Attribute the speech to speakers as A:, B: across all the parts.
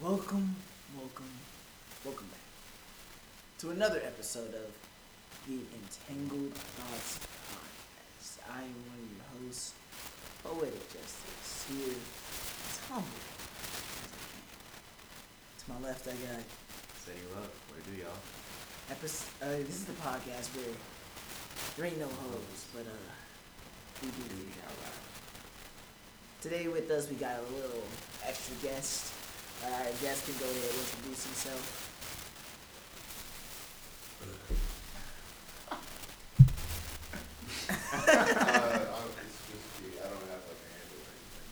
A: Welcome, welcome, welcome back to another episode of the Entangled Thoughts Podcast. I am one of your hosts, Poetic Justice, here tumbling as I can. To my left, I got
B: Say you up. Where do y'all?
A: episode. Uh, this is the podcast where there ain't no hoes, but uh, we do leave it out loud. Today with us, we got a little extra guest. Uh, our guest can go ahead and introduce himself.
C: uh, I'm- it's just the, I don't have like a handle or anything.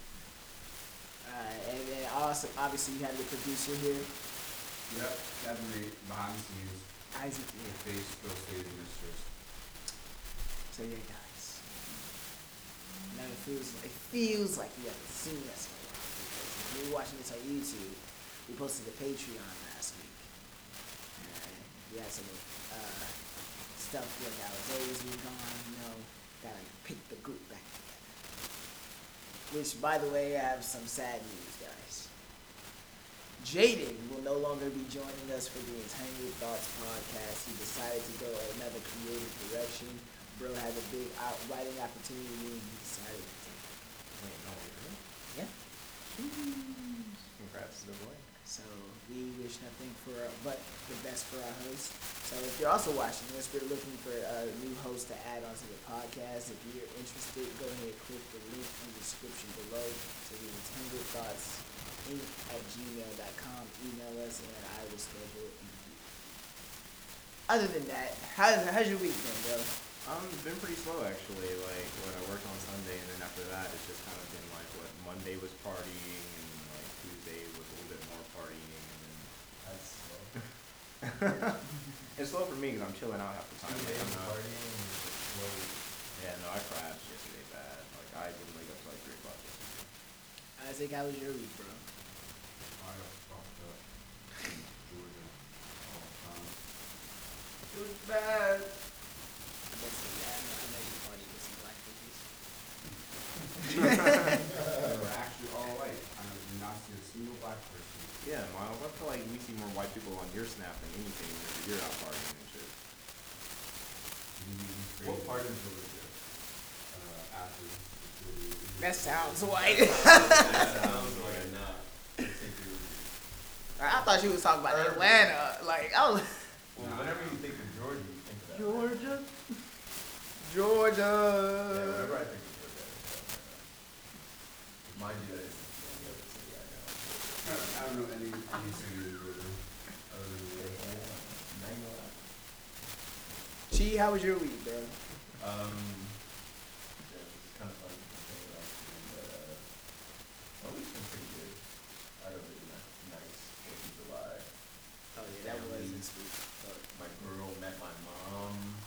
A: Uh, and then also, obviously, you have your producer here,
C: Yep, that's me behind the scenes.
A: Isaac.
C: The
A: Here.
C: face still stays in this first.
A: So yeah, guys. Now it feels it feels like you haven't seen us in a while because if you're watching this on YouTube, we posted the Patreon last week. And we had some uh, stuff with our days we gone, you know, that like picked the group back together. Which, by the way, I have some sad news, guys. Jaden will no longer be joining us for the Entangled Thoughts podcast. He decided to go another creative direction. Bro had a big out- writing opportunity and he decided to take it.
B: Wait, no, really?
A: Yeah.
B: Congrats to the boy.
A: So we wish nothing for but the best for our host. So if you're also watching this, we're looking for a new host to add onto the podcast. If you're interested, go ahead and click the link in the description below to the intended thoughts inc at gmail.com. Email us and I will schedule an interview. Other than that, how's, how's your week been, bro?
B: Um, it's been pretty slow actually. Like when I worked on Sunday, and then after that, it's just kind of been like what Monday was partying, and like Tuesday was a little bit more partying, and then it's
C: That's slow.
B: slow for me because I'm chilling out half the time. Like, I'm not,
C: partying and slow.
B: yeah, no, I crashed yesterday bad. Like I didn't wake up till like three o'clock yesterday.
A: Isaac, how was your week, bro?
C: I got fucked up. in Georgia. All the time.
B: It was bad.
A: I bet so, yeah, I know, I know you partied with some black figures.
C: They were actually all white. I did not see a single black person.
B: Yeah, Miles. I feel like we see more white people on your snap than anything. whenever You're out partying and shit.
C: What part of Georgia? Uh, after. the-
A: That sounds white.
C: That sounds like not. I think it was-
A: I thought she was talking about
C: Urban.
A: Atlanta. Like I was
C: Well, whenever you think of Georgia, you think of that.
A: Georgia.
C: Yeah, whenever I
B: Georgia.
C: think of Georgia, I think of that. Mind you, that is the only other city I know. I don't know any, any city in Georgia other than Atlanta.
A: Chi, how was your week, bro?
C: Um, yeah, it's kind of fun to think about, and, uh, my week's been pretty good. I had a really ni- nice Fourth of July.
A: Oh
C: yeah, that was this
A: week.
C: My girl met my mom.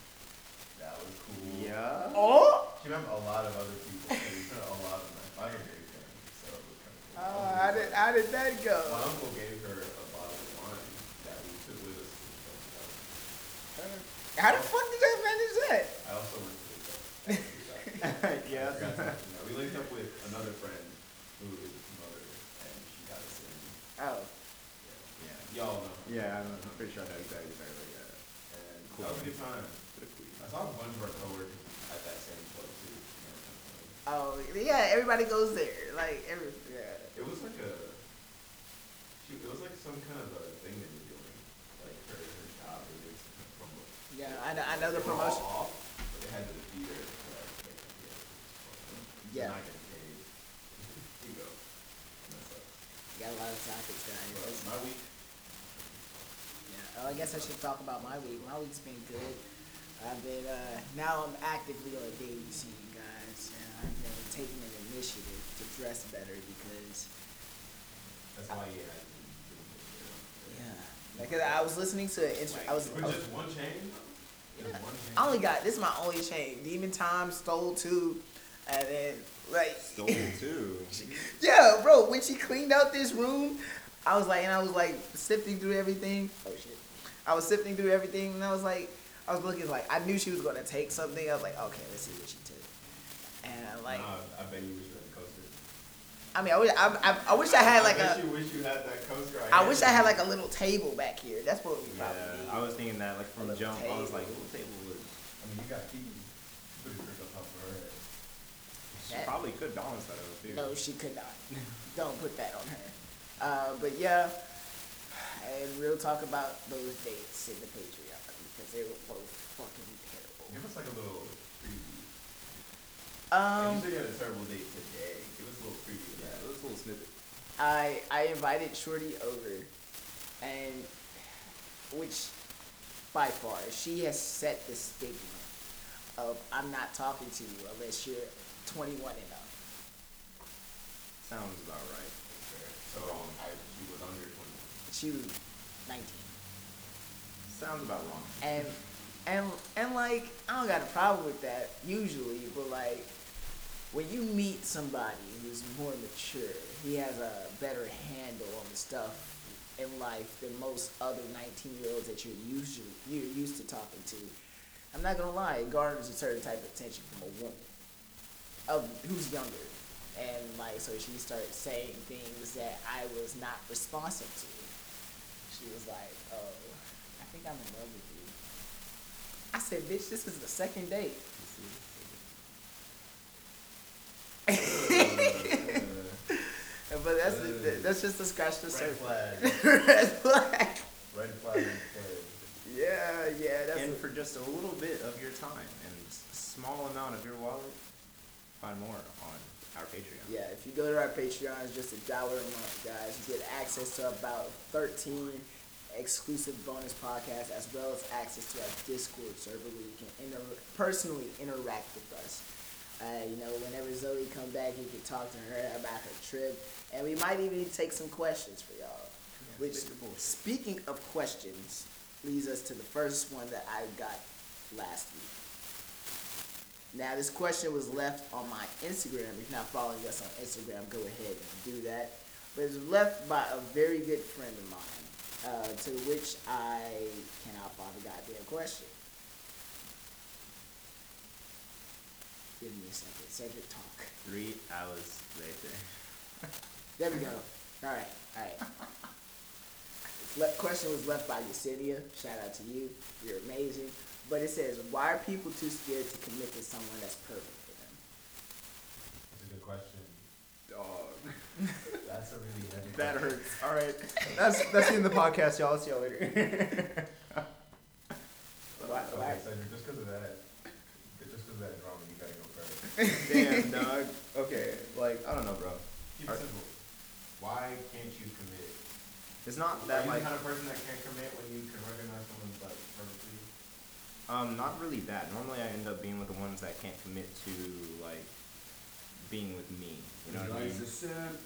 C: That was cool.
B: Yeah.
A: Oh,
C: She met a lot of other people. and She met a lot of my fire family, so it was kind of cool.
A: oh how did how did that go?
C: My uncle gave her a bottle of wine that we took with us to the hotel.
A: How the fuck did they manage that?
C: I also went to the hotel.
B: yeah.
C: We linked up with another friend who is a mother, and she got us in.
A: Oh,
B: Yeah.
C: Yeah. Y'all know. her.
B: Yeah, I'm I'm pretty sure I know exactly exactly. Yeah.
C: And
B: Cool.
C: that was a good time.
B: What if we?
C: I saw a bunch of our coworkers at that same club too. you know, kind of like-
A: oh yeah, everybody goes there. Like every yeah.
C: It was like a. She, it was like some kind of a thing they were doing, like her, her job or doing some kind of promo.
A: Yeah, I know, I know the
C: They were
A: promotion.
C: all off, but they had to be there to like make them feel like it was fun.
A: Yeah.
C: Not getting paid. you go. And that's it.
A: Got a lot of topics,
C: But
A: guys.
C: my week.
A: Yeah. Oh, I guess I should talk about my week. My week's been good. I've been uh, now I'm actively on a dating scene, guys, and I've been taking an initiative to dress better because
C: That's why yeah. I didn't do it, you know.
A: yeah, because I was listening to an intro. I was,
C: With
A: I was-
C: just one chain. Just one chain.
A: I only got this is my only chain. Demon Time stole two, and then like
B: Stole too.
A: yeah, bro. When she cleaned out this room, I was like, and I was like sifting through everything. Oh shit! I was sifting through everything, and I was like, I was looking like I knew she was gonna take something. I was like, okay, let's see what she took. And I'm like,
C: Nah, I bet you wish you had coasted.
A: I mean, I wish I, I, I wish I had like
B: bet
A: a.
B: you wish you had that Coast Guard.
A: I wish I had
B: handle.
A: like a little table back here. That's what we probably need.
B: Yeah, I was thinking that like from
A: A
B: jump, I was
A: table.
B: like, little table would.
C: I mean, you got Keaton, pretty critical top of her.
B: She
A: That-
B: probably could balance that out too.
A: No, she could not. Don't put that on her. Uh, but yeah, and we'll talk about those dates in the Patreon because they were both fucking
C: Give
A: terrible.
C: us like a little preview. Like,
A: Um,
C: you said you had a terrible date today. Give us a little preview.
B: Yeah,
C: Yeah.
B: this little snippet.
A: I I invited Shorty over, and which by far she has set the stigma of I'm not talking to you unless you're 21 and up.
B: Sounds about right.
C: So
B: um,
C: I, she was under 21.
A: She was 19,
B: Sounds about wrong.
A: and and and like I don't got a problem with that usually, but like when you meet somebody who's more mature, he has a better handle on the stuff in life than most other 19 year olds that you're usually you're used to talking to. I'm not gonna lie, it garners a certain type of attention from a woman of who's younger, and like so she started saying things that I was not responsive to. She was like, "Oh, I think I'm in love with you." I said, "Bitch, this is the second date."
C: Uh,
A: But that's the- the,
C: Uh,
A: that's just to scratch the
C: Red
A: surface.
C: flag.
A: Red flag.
C: Red flag. red flag.
A: Yeah, yeah, that's.
B: and
A: a-
B: for just a little bit of your time and s- small amount of your wallet, find more on our Patreon.
A: yeah, if you go to our Patreon, it's just a dollar a month, guys. You get access to about 13 exclusive bonus podcasts, as well as access to our Discord server where you can inter- personally interact with us. Uh, you know, whenever Zoe come back, you can talk to her about her trip, and we might even take some questions for y'all. Which,
B: take the bull.
A: speaking of questions, leads us to the first one that I got last week. Now, this question was left on my Instagram. If you're not following us on Instagram, go ahead and do that. But it was left by a very good friend of mine, uh, to which I cannot find the goddamn question. Give me a second. Second talk.
B: Three hours later.
A: There we go. All right, all right. This le- question was left by Yesenia. Shout out to you. You're amazing. But it says, why are people too scared to commit to someone that's perfect for them?
C: That's a good question.
B: Dog.
C: That's a really heavy
B: That
C: question.
B: hurts. All right. That's that's the end of the podcast, y'all. See y'all later.
A: Why, why,
C: Okay, so just because of that, just because of that drama, you gotta go first.
B: Damn, dog. Okay. Like, I don't know, bro.
C: Keep it
B: Alright.
C: simple. Why can't you commit?
B: It's not that
C: Are you
B: like
C: the kind of person that can't commit when you can recognize someone's like perfectly?
B: um not really that. Normally I end up being with the ones that can't commit to like being with me. You know what I mean?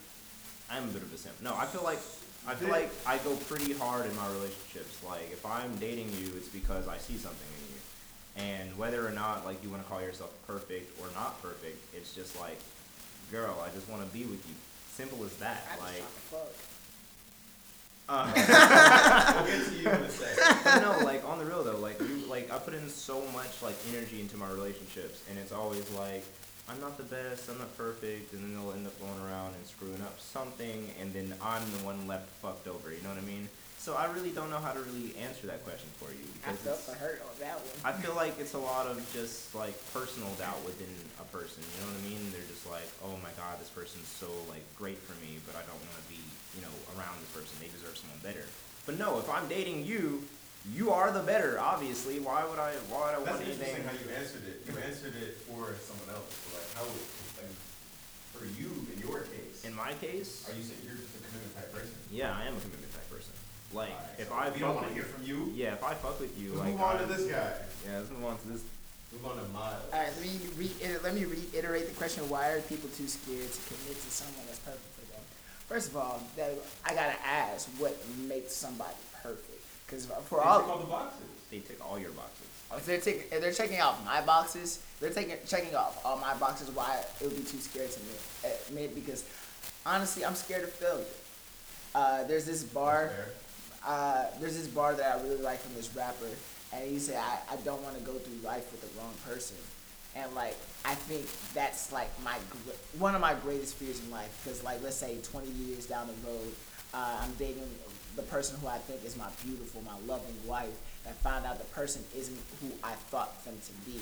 B: I'm a bit of a simp. No, I feel like I feel like I go pretty hard in my relationships. Like if I'm dating you, it's because I see something in you. And whether or not like you want to call yourself perfect or not perfect, it's just like, girl, I just want to be with you. Simple as that.
A: I just
B: Like,
A: fuck.
B: uh,
C: We'll get to you in a second.
B: but no, like on the real though, like you, like I put in so much like energy into my relationships, and it's always like I'm not the best, I'm not perfect, and then they'll end up going around and screwing up something, and then I'm the one left fucked over. You know what I mean? So I really don't know how to really answer that question for you
A: I
B: because
A: felt
B: it's,
A: for hurt on that one.
B: I feel like it's a lot of just like personal doubt within a person. You know what I mean? They're just like, oh my god, this person's so like great for me, but I don't want to be you know around this person. They deserve someone better. But no, if I'm dating you, you are the better. Obviously, why would I? Why would I
C: That's
B: want anything?
C: interesting how you answered it. You answered it for someone else. So, like how, like for you in your case,
B: In my case,
C: are you saying you're just a commitment type person?
B: yeah, I am a commitment type person. Like
C: Alright,
B: if
C: so
B: I
C: we
B: fuck
C: don't want to
B: with-
C: hear from you,
B: yeah, if I fuck with you,
C: let's
B: like
C: move on
B: I'm-
C: to this guy.
B: Yeah, let's move on to this.
C: Move on to Miles.
A: All right, let me, reiter- let me reiterate the question. Why are people too scared to commit to someone that's perfect for them? First of all, that, I gotta ask, what makes somebody perfect? Because for
C: They
A: all
C: tick all the boxes.
B: They tick all your boxes.
A: If Oh, they're taking, if they're checking off my boxes, they're taking checking off all my boxes. Why it would be too scared to admit, admit because honestly, I'm scared of failure. Uh, there's this bar,
C: Fair.
A: uh, there's this bar that I really like from this rapper, and he said I, I don't want to go through life with the wrong person, And like I think that's like my gr- one of my greatest fears in life because like let's say 20 years down the road, uh, I'm dating the person who I think is my beautiful, my loving wife, and I find out the person isn't who I thought them to be.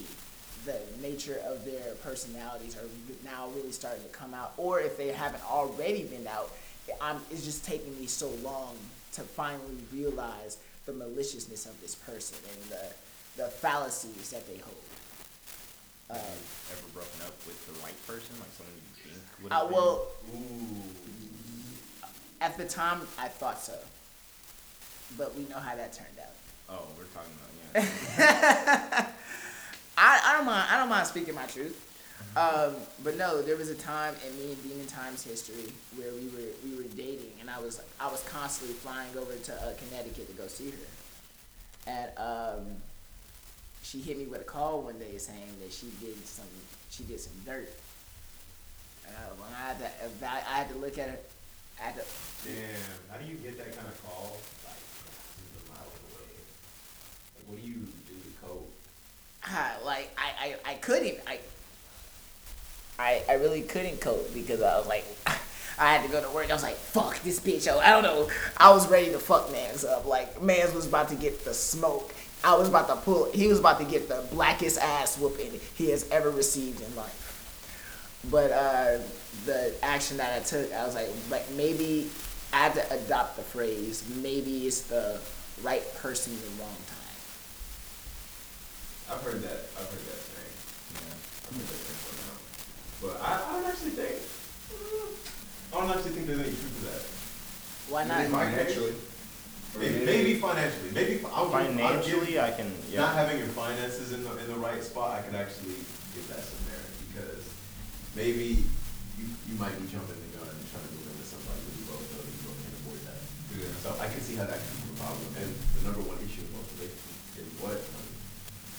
A: The nature of their personalities are re- now really starting to come out, or if they haven't already been out, I'm, it's just taking me so long to finally realize the maliciousness of this person and the, the fallacies that they hold. Um,
B: Have you ever broken up with the right person, like someone you think would
A: I,
B: have been-
A: uh, well,
C: Ooh.
A: at the time, I thought so, but we know how that turned out.
B: Oh, we're talking about yeah.
A: I, I don't mind. I don't mind speaking my truth. Um, but no, there was a time in me and Demon Time's history where we were we were dating, and I was I was constantly flying over to uh, Connecticut to go see her, and um, she hit me with a call one day saying that she did some she did some dirt. And I, when I had to eva- I had to look at her. I had to,
C: Damn, how do you get that kind of call? Like, this is a mile away. Like, what do you do to cope?
A: I, like I, I, I couldn't I, I I really couldn't cope because I was like I had to go to work. I was like, fuck this bitch. Yo, I don't know. I was ready to fuck man's up. Like man's was about to get the smoke. I was about to pull. He was about to get the blackest ass whooping he has ever received in life. But uh, the action that I took, I was like, like maybe I had to adopt the phrase. Maybe it's the right person at the wrong time.
C: I've heard that. I've heard that saying. Yeah. I've heard that saying for now. But I, I don't actually think. I don't actually think there's any truth to that.
A: Why not?
C: Financially. Maybe, maybe financially. Maybe fi- I'll I'll give-
B: Financially, I can. Yeah.
C: Not having your finances in the in the right spot, I could actually give that some merit because maybe you you might be jumping the gun and trying to move into somebody that you both know that you both can afford that. So I can see how that could be a problem. And the number one issue in most relationships is what money.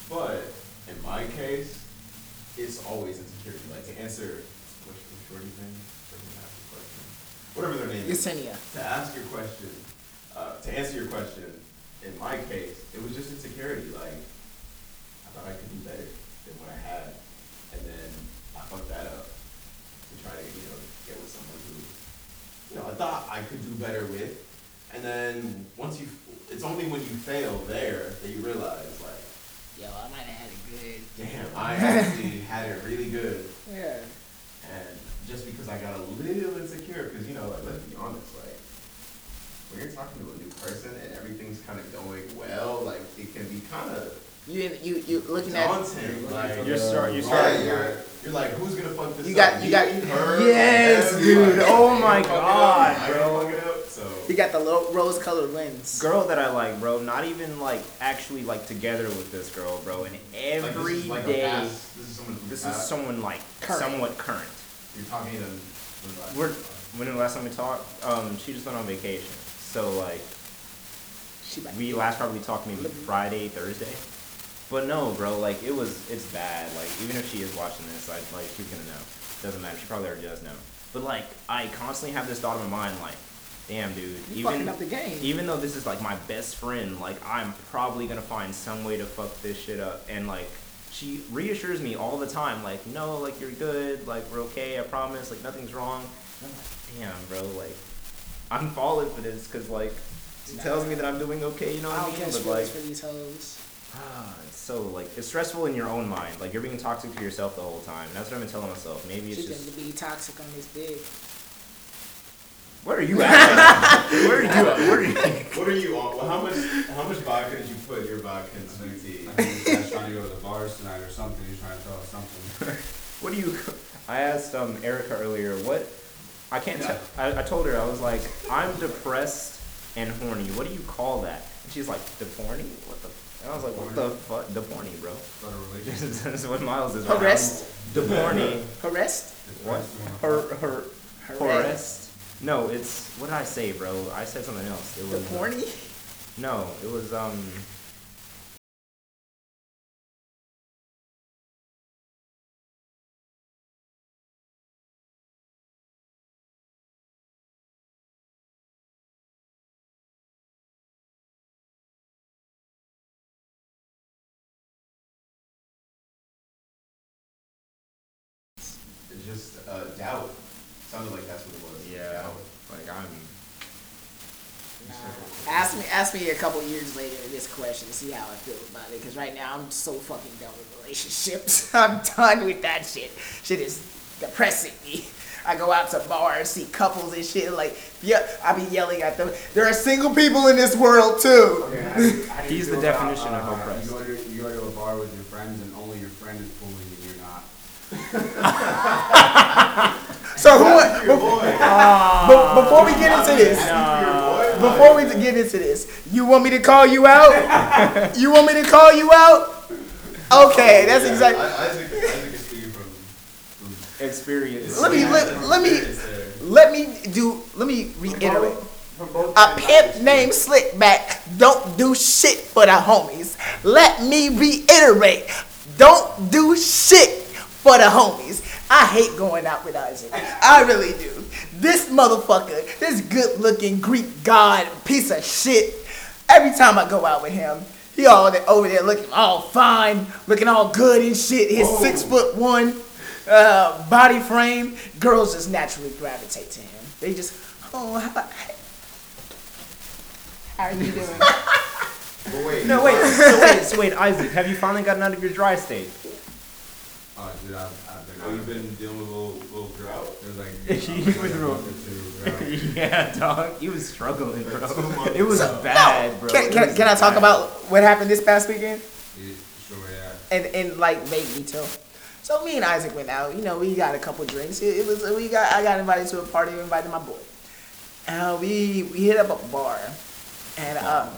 C: But in my case, it's always insecurity. Like to answer what's the shorty's name? Shorty asked the question. Whatever their name is
A: Yesenia.
C: to ask your question, uh, to answer your question, in my case, it was just insecurity. Like, I thought I could do better than what I had, and then I fucked that up to try to, you know, get with someone who, you know, I thought I could do better with. And then once you, it's only when you fail there that you realize, like,
A: Yo, I might have had a good.
C: damn, I actually had it really good.
A: Yeah.
C: And just because I got a little insecure, because you know, like let's be honest, like when you're talking to a new person and everything's kind of going well, like it can be kind of
A: You in- you you looking at
C: daunting. Like
B: You're start. You
C: yeah,
B: start.
C: you're, you're like, who's gonna fuck this
A: You
C: up?
A: got- you got-
C: Me, her,
B: Yes,
C: them?
B: dude.
C: Like,
B: Oh
C: I can't
B: my
C: fuck it up.
B: God,
C: I
B: bro.
C: can't fuck it up. So
A: you got the low, rose colored lens.
B: Girl that I like, bro. Not even like actually like together with this girl, bro. And
C: like, this
B: every
C: is like a
B: day,
C: past- This is someone. from
B: this is
C: past.
B: someone like
A: Current.
B: somewhat current.
C: You're talking to them.
B: We're when the last time we talked, um, she just went on vacation. So like,
A: She like,
B: we last probably talked maybe Friday, Thursday. But no, bro, like it was, it's bad. Like even if she is watching this, like, like she's gonna know. Doesn't matter. She probably already does know. But like, I constantly have this thought in my mind, like, damn, dude.
A: you fucking up the game.
B: even though this is like my best friend, like I'm probably gonna find some way to fuck this shit up. And like she reassures me all the time, like, no, like you're good, like we're okay, I promise, like nothing's wrong. And I'm like, damn, bro, like I'm falling for this because like she tells me that I'm doing okay, you know
A: I
B: what
A: don't
B: I
A: catch
B: mean? But like,
A: feelings for these hoes.
B: ah, it's so like it's stressful in your own mind. Like you're being toxic to yourself the whole time. That's what I've been telling myself. Maybe it's
A: She's
B: just
A: gonna be toxic on this big.
B: where are you at? man? where are you at? Where are you?
C: What are you on? Well, how much how much vodka did you put in your vodka and sweet tea?
D: I think he's trying to go to the bars tonight or something. He's trying to tell us something.
B: What do you? I asked um, Erica earlier. What? I can't. tell. I I told her I was like, I'm depressed and horny. What do you call that? And she's like, deporny. What the? And I was like, what the fuck? Deporny, bro.
D: But a
B: this
D: relationship.
B: is what Miles is. right now.
A: Harassed.
B: Deporny.
A: Harassed.
B: What? Her her harassed. No, it's what did I say, bro? I said something else. It
A: The
B: was uh,
A: horny.
B: No, it was um.
C: uh,
A: ask me ask me a couple years later this question to see how I feel about it. Because right now I'm so fucking done with relationships. I'm done with that shit. Shit is depressing me. I go out to bars, see couples and shit. Like, yeah, I be yelling at them. There are single people in this world too.
D: Okay, how do you- how do you
B: He's
D: feel
B: the
D: about,
B: definition of
D: uh,
B: oppressed.
D: You go, to, you go to a bar with your friends and only your friend is pulling and you're not.
A: So who? Be,
B: Ah.
A: be- before we get into this,
B: Uh,
A: before we get into this, you want me to call you out? you want me to call you out? Okay,
B: Oh,
A: that's
C: Yeah,
A: exactly.
C: I, Isaac, Isaac is speaking from.
B: Experience.
A: Let me
C: Yeah,
A: let,
C: from
A: let me
C: experience there.
A: let me do let me reiterate.
C: From both
A: A
B: Uh,
C: sides,
A: pimp
C: Isaac.
A: named Slickback don't do shit for the homies. Let me reiterate. Don't do shit for the homies. I hate going out with Isaac. I really do. This motherfucker, this good looking Greek god piece of shit, every time I go out with him, he all there, over there looking all fine, looking all good and shit. His six foot one uh, body frame. Girls just naturally gravitate to him. They just, oh, how about,
E: How are you doing?
C: But wait,
B: No, wait, so wait, so wait, Isaac, have you finally gotten out of your dry state?
D: Oh, dude, I've, I've been.
C: Oh, you've been dealing with a little, little drought.
D: There's like.
B: You
D: I've been
B: went
D: like
B: through a-
D: a month or two, bro.
B: yeah, dog. He was struggling, bro.
C: Two months.
B: It was bad, bro.
A: Can,
B: It
A: can,
B: was
A: can I talk
B: bad.
A: about what happened this past weekend?
D: Yeah, Sure, yeah.
A: And and like made me too. So me and Isaac went out. You know, we got a couple drinks. It, it was we got I got invited to a party. Invited my boy. Uh, we we hit up a bar, and uh,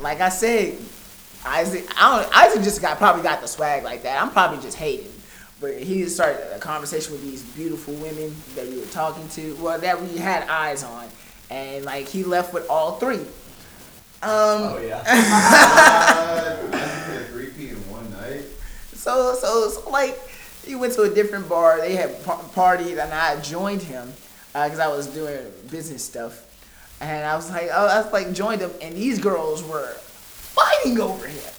A: like I said, Isaac I don't Isaac just got probably got the swag like that. I'm probably just hating. But he started a conversation with these beautiful women that we were talking to, well, that we had eyes on, and like he left with all three. Um,
C: Oh yeah. uh, Isaac had three P in one night.
A: So, so, so like, he went to a different bar. They had par- partied, and I joined him because I was doing business stuff. And I was like, oh, I was like, joined him, and these girls were fighting over him.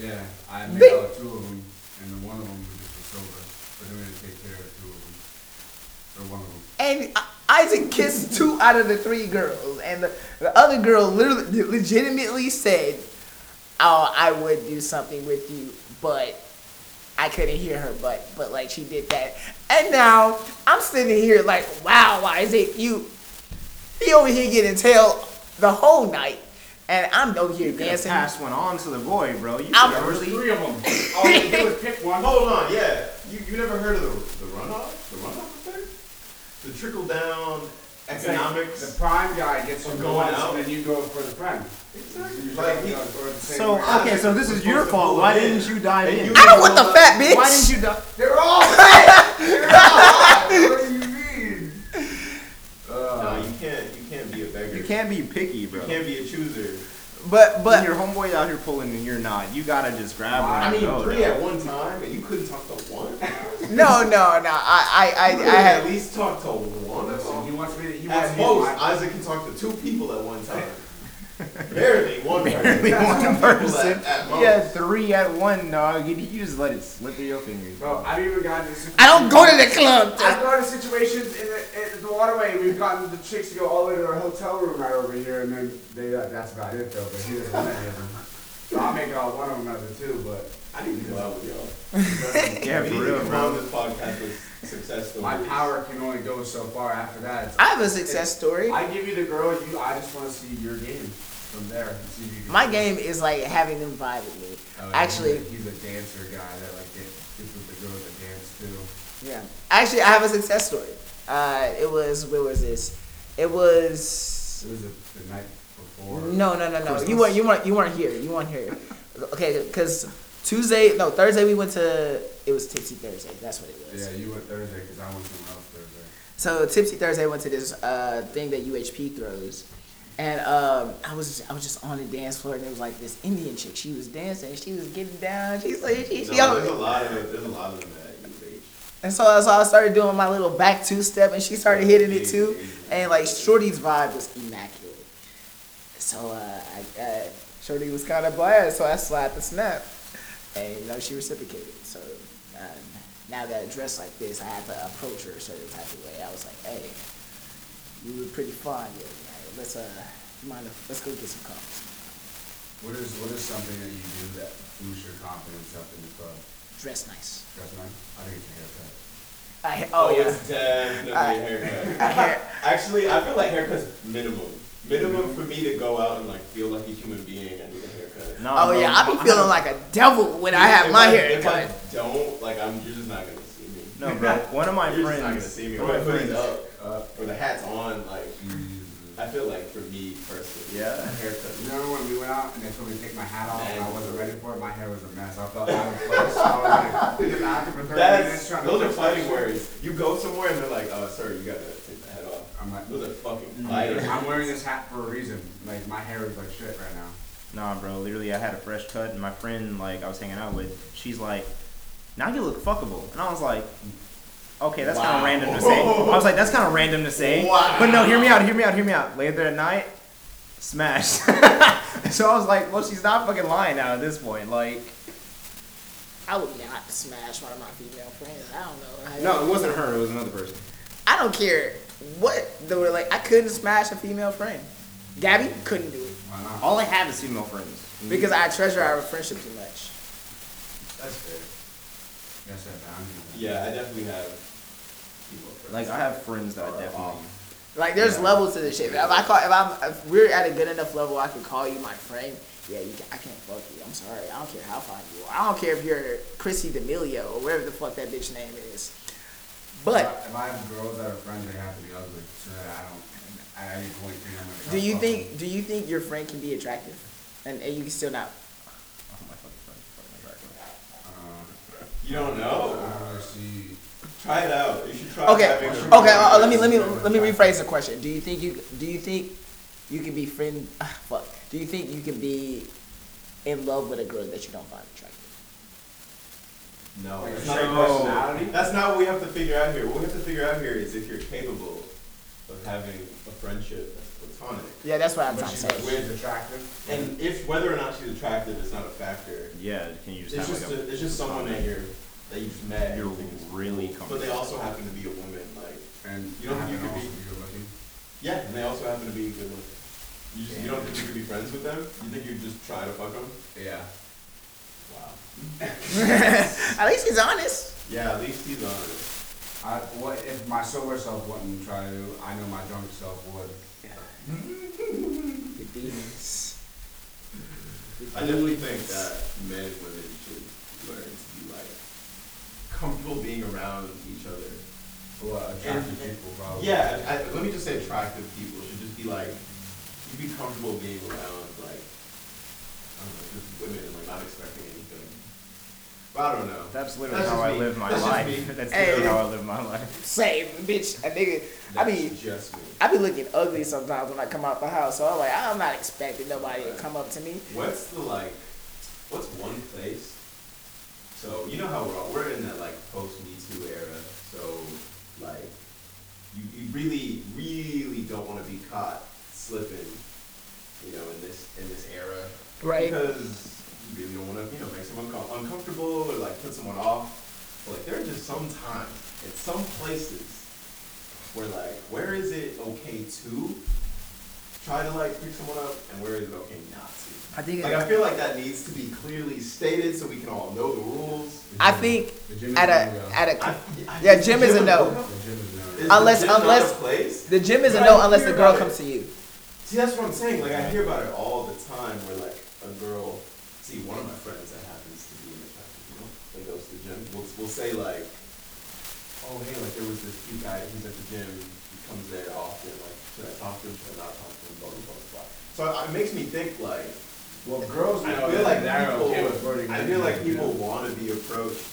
D: Yeah, I made
A: They-
D: out two of them, and the one of them was just sober, but I'm gonna take care of two of them, or one of them.
A: And I- Isaac kissed two out of the three girls, and the, the other girl literally, legitimately said, "Oh, I would do something with you, but I couldn't hear her, but but like she did that." And now I'm sitting here like, "Wow, Isaac, you he over here getting tail the whole night, and I'm over here
B: You could've
A: dancing."
B: passed one on to the boy, bro. You
A: I'm-
B: could've really.
D: three of them. All you do is pick one.
C: Hold on, yeah. You, you never heard of the, the runoff? The runoff effect? The trickle down
D: The
C: economics?
D: prime guy gets
C: Of
D: you
C: going
D: once,
C: out.
D: and then you go for the friend.
C: Exactly.
D: You
C: Like,
D: go
C: he,
D: for the same
B: So
D: round.
B: okay, so this is your fault. Why didn't you dive in?
A: I don't want the fat bitch.
B: Why didn't you dive?
D: They're all fat! They're all fat! What do you mean?
C: No, you can't, you can't be a beggar.
B: You can't be picky, bro.
C: You can't be a chooser.
A: But
B: But
A: but
B: your homeboy out here pulling and you're not. You gotta just grab one.
C: I
B: and
C: mean,
B: go,
C: three
B: dog.
C: at one time, and you couldn't talk to one?
A: no no no, I I I,
C: You
A: I
C: couldn't
A: had
C: at least talk to one of
D: Listen,
C: them.
D: he wants me to. He wants
C: At
D: me
C: most,
D: to.
C: Isaac can talk to two people at one time. Barely one person.
B: Only one
C: People at-
B: person.
C: at
B: You had
C: most.
B: three at one, dog. You, you just let it slip through your fingers.
D: Bro, I've even gotten this.
A: I don't go to the club. to-
D: I've gone to situations in the, in the waterway. and We've gotten the chicks to go all the way to our hotel room right over here, and then they uh, that's about it though. But he doesn't want any of them. So I'll make out one of them out of the two, but
C: I need to go out with y'all.
B: Yeah, for
C: We need to
B: real,
C: come
B: bro.
C: on this podcast with success
D: my
C: stories.
D: power can only go so far. After that, it's,
A: I have a success story.
D: I give you the girl. You, I just want to see your game from there. And see if you can-
A: My game is like having them vibe with me.
D: Oh, yeah,
A: Actually,
D: he's a, he's a dancer guy that like gets gets with the girls that dance too.
A: yeah. Actually, I have a success story. Uh, it was where was this? It was
D: It was the, the night before.
A: no, no, no, no. You
D: Christmas.
A: weren't, you weren't, you weren't here. You weren't here. Okay, because Tuesday, no, Thursday we went to. It was Tipsy Thursday. That's what it was.
D: Yeah, you went Thursday because I went somewhere else Thursday.
A: So Tipsy Thursday went to this uh, thing that UHP throws, and um, I was I was just on the dance floor and it was like this Indian chick. She was dancing. She was getting down. She's like she, she
C: No, there's a lot of there's a lot of them at your age.
A: And so, so I started doing my little back two step, and she started hitting it too. And like Shorty's vibe was immaculate. So uh, I, uh, Shorty was kind of blessed, so I slapped the snap, and you know she reciprocated. So um, now that dressed like this, I had to approach her a certain type of way. I was like, "Hey, you were pretty fine the other night. let's uh, mind if, let's go get some coffee.
D: What is what is something that you do that boosts your confidence up in the club?
A: Dress nice.
D: Trust me, I think it's a haircut.
A: I, oh, yeah.
C: it's definitely
A: I-
C: a haircut. Actually, I feel like haircuts minimum. Minimum for me to go out and like feel like a human being. I need a haircut.
B: No,
A: Oh
B: bro,
A: yeah, I be
B: my-
A: feeling like a devil when I have
C: If
A: my
C: I-
A: hair
C: If I
A: cut.
C: don't, like, I'm. You're just not gonna see me.
B: No, bro. One of my
C: you're
B: friends.
C: just not gonna see me.
B: one
C: Or I
B: of my
C: put it
B: friends-
C: up, or the hat's on. Like, I feel like for me personally,
B: Yeah.
C: a haircut.
D: You remember when we went out and they told me to take my hat off and I wasn't ready for it? My hair was a mess. I felt out of place. I was like, in the bathroom for 30 minutes
C: That's
D: trying to
C: those are
D: fix my
C: fighting
D: shit.
C: words. You go somewhere and they're like, "Oh, sir, you gotta take the hat off."
D: I'm like,
C: Those are fucking fighting.
D: I'm wearing this hat for a reason. Like my hair is like shit right now.
B: Nah, bro. Literally, I had a fresh cut, and my friend, like, I was hanging out with, she's like, "Now you look fuckable," and I was like, "Okay, that's kind
C: Wow.
B: of random to say." I was like, "That's kind of random to say,"
C: Wow.
B: but no, hear me out, hear me out, hear me out. Later at night, smash. so I was like, "Well, she's not fucking lying now at this point." Like,
A: I would not smash one of my female friends. I don't know. I-
B: it wasn't her; it was another person.
A: I don't care what they were like. I couldn't smash a female friend. Gabby couldn't do it
D: Why not?
B: All I have is female friends.
A: because I treasure our friendship too much.
C: That's fair.
D: That's that boundary.
C: Yeah, I definitely have people.
B: like, I have friends that I
C: Or
B: definitely.
C: off.
A: Like there's
B: Yeah.
A: levels to this shit. If I call, if I'm, if we're at a good enough level, I can call you my friend. Yeah, you, I can't fuck you. I'm sorry. I don't care how fine you are. I don't care if you're Chrissy D'Amelio or whatever the fuck that bitch name is. But
D: if I have girls that are friends, they have to be ugly so that I don't. At any point, think I'm
A: do
D: gonna. go
A: you
D: fuck
A: think do you think your friend can be attractive, and, and you can still not?
B: Oh, my fucking friends are fucking attractive.
C: You don't
D: them.
C: know?
D: I don't really see.
C: Try it out. You should try
A: Okay,
C: having
A: okay.
C: a-
A: Uh, let me let me let me rephrase the question. Do you think you do you think you can be friend? Fuck. Do you think you can be in love with a girl that you don't find attractive?
C: No,
D: Like,
C: that's not a
B: show.
C: personality. That's not what we have to figure out here. What we have to figure out here is if you're capable of having a friendship that's platonic.
A: Yeah, that's what I'm
D: But
A: trying to
D: she's
A: say.
D: weird, attractive.
C: And if whether or not she's attractive is not a factor.
B: Yeah, can you just
C: It's
B: have
C: just
B: like
C: a, it's just someone that you're that you just met.
B: a,
C: and
B: you're
C: you think is-
B: really
C: But
B: comfortable.
C: they also happen to be a woman. Like
D: And
C: You don't think
D: happen
C: you could
D: also
C: be-
D: good looking.
C: yeah, and they also happen to be good looking. You just you don't think you could be friends with them? You think you just try to fuck them?
D: Yeah.
C: Wow.
A: At least he's honest.
C: Yeah, at least he's honest.
D: I, what if my sober self wouldn't try to? I know my drunk self would.
A: The demons.
C: I definitely think that men and women should learn to be like comfortable being around each other.
D: What attractive
C: And-
D: people probably.
C: Yeah, I, let me just say attractive people should just be like, you be comfortable being around like, I don't know, just women and like not expecting anything. But I don't know.
B: That's literally
C: That's
B: how
C: just
B: I
C: me.
B: live my
C: That's just
B: life.
C: me.
B: That's
A: Hey.
B: literally how I live my life.
A: Same, bitch. A nigga. I
C: That's
A: mean,
C: just me.
A: I be looking ugly sometimes when I come out the house. So I'm like, I'm not expecting nobody to come up to me.
C: What's the like? What's one place? So you know how we're all, we're in that like post Me Too era. So like, you, you really really don't want to be caught slipping. You know, in this in this era,
A: Right.
C: Because you really don't want to you know make someone com- uncomfortable or like put someone off. But, like there are just some times at some places where like where is it okay to try to like pick someone up and where is it okay not to.
A: I think.
C: Like I feel like that needs to be clearly stated so we can all know the rules.
A: I think
D: The gym is
A: at
D: no
A: a
D: go.
A: at
C: I,
A: a
C: I,
A: Yeah, gym is a no.
D: The gym is never-
C: Is
A: Unless-
C: the gym not
A: unless-
C: a place.
A: the gym is a
C: But
A: no
C: I
A: unless the
C: hear
A: girl
C: about
A: comes
C: it.
A: to you.
C: See, that's what I'm saying. Like I hear about it all the time, where like a girl. See, one of my friends that happens to be in the you know, that goes to the gym. will will say like, oh hey, like there was this cute guy. He's at the gym. He comes there often. Like, should I talk to him? Should I not talk to him? Blah blah blah blah. blah. So it makes me think like.
D: Well, girls
C: I
D: know that
C: feel like
D: they're
C: people.
D: okay with flirting.
C: I
D: with
C: feel
D: you,
C: like
D: you
C: people
D: know?
C: want to be approached.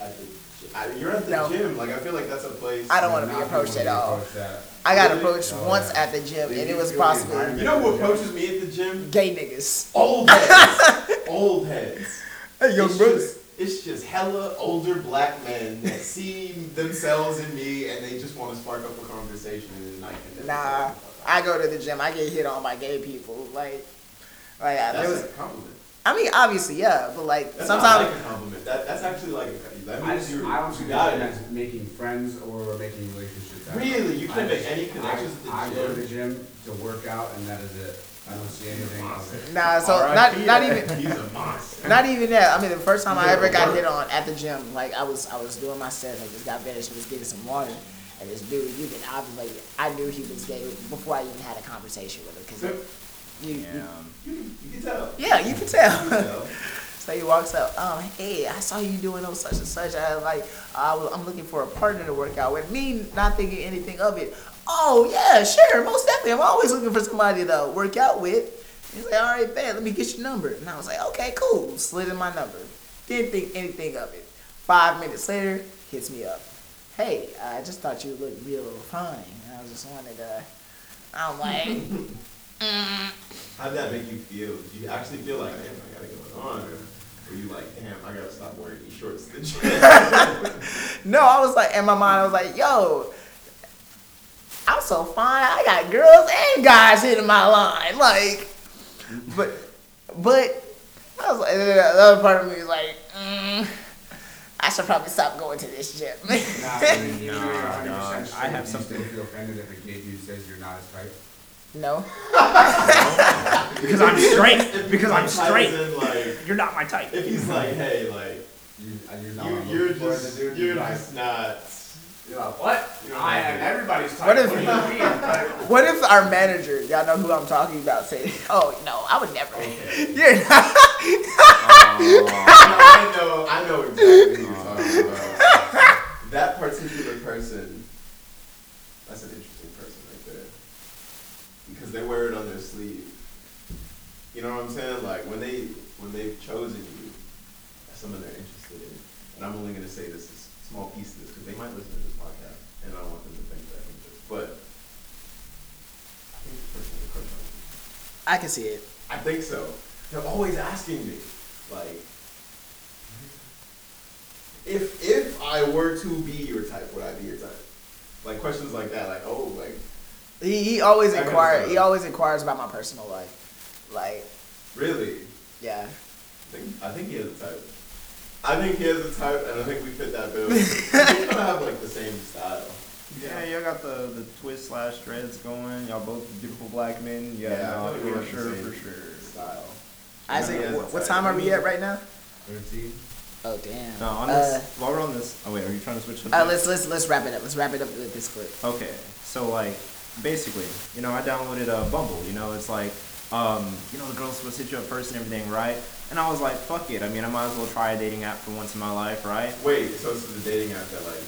C: At the, gy- I, you're at the
A: No.
C: gym. Like I feel like that's a place.
A: I don't want
D: Not
A: to be
D: people
A: approached
D: wanna
A: at
D: be
A: all.
D: approached at.
A: I got
C: Really?
A: approached
D: Oh,
A: once
D: yeah.
A: at the gym,
D: Yeah,
A: and
D: you
A: it was
D: feel the
A: possibly
D: environment.
C: You know who approaches me at the gym?
A: gay niggas.
C: Old heads. old heads.
A: Hey,
C: it's Just, it's just hella older black men that see themselves in me and they just want to spark up a conversation and I can never
A: Nah, I go to the gym. I get hit on by gay people. Like, like I,
C: That's
A: it was,
C: a compliment.
A: I mean, obviously, yeah, but like
C: That's not
A: sometimes
C: like a compliment. That, that's actually like a. That
D: I
C: means
D: just,
C: you're,
D: I don't see
C: you
D: that
C: got it.
D: as making friendships or making relationships. that.
C: Really? You couldn't
D: I just-
C: make any connections
D: I-
C: to the
D: I go to
C: gym?
D: the gym to work out, and that is it. I don't see anything else.
A: Nah, so not not even
C: He's a monster.
A: Not even that. I mean, the first time I
C: Yeah,
A: ever got
C: work.
A: hit on at the gym, like I was, I was doing my set. I just got finished, was getting some water, and this dude, you can ovulate. I knew he was gay before I even had a conversation with him, cause you, you-
B: Yeah.
C: You can, you can tell.
A: yeah, you can
C: You
A: tell.
C: can tell.
A: so he walks up, um, hey, I saw you doing those such and such. I was like, I was, I'm looking for a partner to work out with. Me not thinking anything of it. Oh yeah, sure, most definitely. I'm always looking for somebody to work out with. He's like, all right, man, let me get your number. And I was like, okay, cool. Slid in my number. Didn't think anything of it. Five minutes later, hits me up. Hey, I just thought you looked real fine. I was just wanted to. I'm like,
C: How'd that make you feel? Do you actually feel like, damn, I got it going on? Or were you like, damn, I gotta stop wearing these shorts to the gym?
A: No, I was like, in my mind, I was like, yo, I'm so fine. I got girls and guys hitting my line. Like, but, but, I was like, and then the other part of me was like, mm, I should probably stop going to this gym.
D: Nah, I mean, you're
B: Nah,
D: 100%
B: nah,
D: straight.
B: I have
D: Do
B: something-
D: You still feel offended if a gay dude says you're not his type.
A: no.
B: Because I'm straight. Because I'm
C: Like,
B: straight.
C: as in, like,
B: You're not my type.
C: if he's like, hey, like,
D: You, uh, you're not. what I'm
C: you, you're
D: looking for in a
C: just,
D: dude,
C: you're
D: like,
C: just not.
D: You're like, what?
C: You're
D: I
C: not-
D: am everybody's type.
A: What if-
D: do you mean? Like,
A: What if our manager, y'all know who I'm talking about, said, oh, no, I would never.
C: Okay.
A: You're not.
C: I know, I know exactly who you're talking about. That particular person, that's an interesting person right there. Because they wear it on their sleeve. You know what I'm saying? Like when they when they've chosen you, that's someone they're interested in. And I'm only gonna say this is a small piece of this because they might listen to this podcast, and I don't want them to think that I think this. But I think the person with a crush on
A: I
C: you.
A: can see it.
C: I think so. They're always asking me, like, if if I were to be your type, would I be your type? Like questions like that, like, oh, like,
A: He, he always
C: I can
A: inquires.
C: see
A: He
C: it.
A: always inquires about my personal life. Like,
C: really?
A: yeah.
C: I think I think he has a type. I think he has a type, and I think we fit that bill. we kind of have like the same style.
B: Yeah, y'all got the, the twist slash dreads going. Y'all both beautiful black men. Yeah,
C: I
B: no,
C: feel like we
B: for
C: have the
B: sure,
C: same
B: for sure.
C: Style.
A: Isaac,
C: He has a
A: wh- what
C: type.
A: time
C: I
A: are we
C: mean,
A: at right now?
D: Thirteen.
A: Oh damn.
B: No, on
A: uh,
B: this, while we're on this, oh wait, are you trying to switch something?
A: uh, let's let's let's wrap it up. Let's wrap it up with this clip.
B: Okay, so like, basically, you know, I downloaded uh, Bumble. You know, it's like, um, you know, the girl's supposed to hit you up first and everything, right? And I was like, fuck it. I mean, I might as well try a dating app for once in my life, right?
C: Wait, so this is the dating app that like.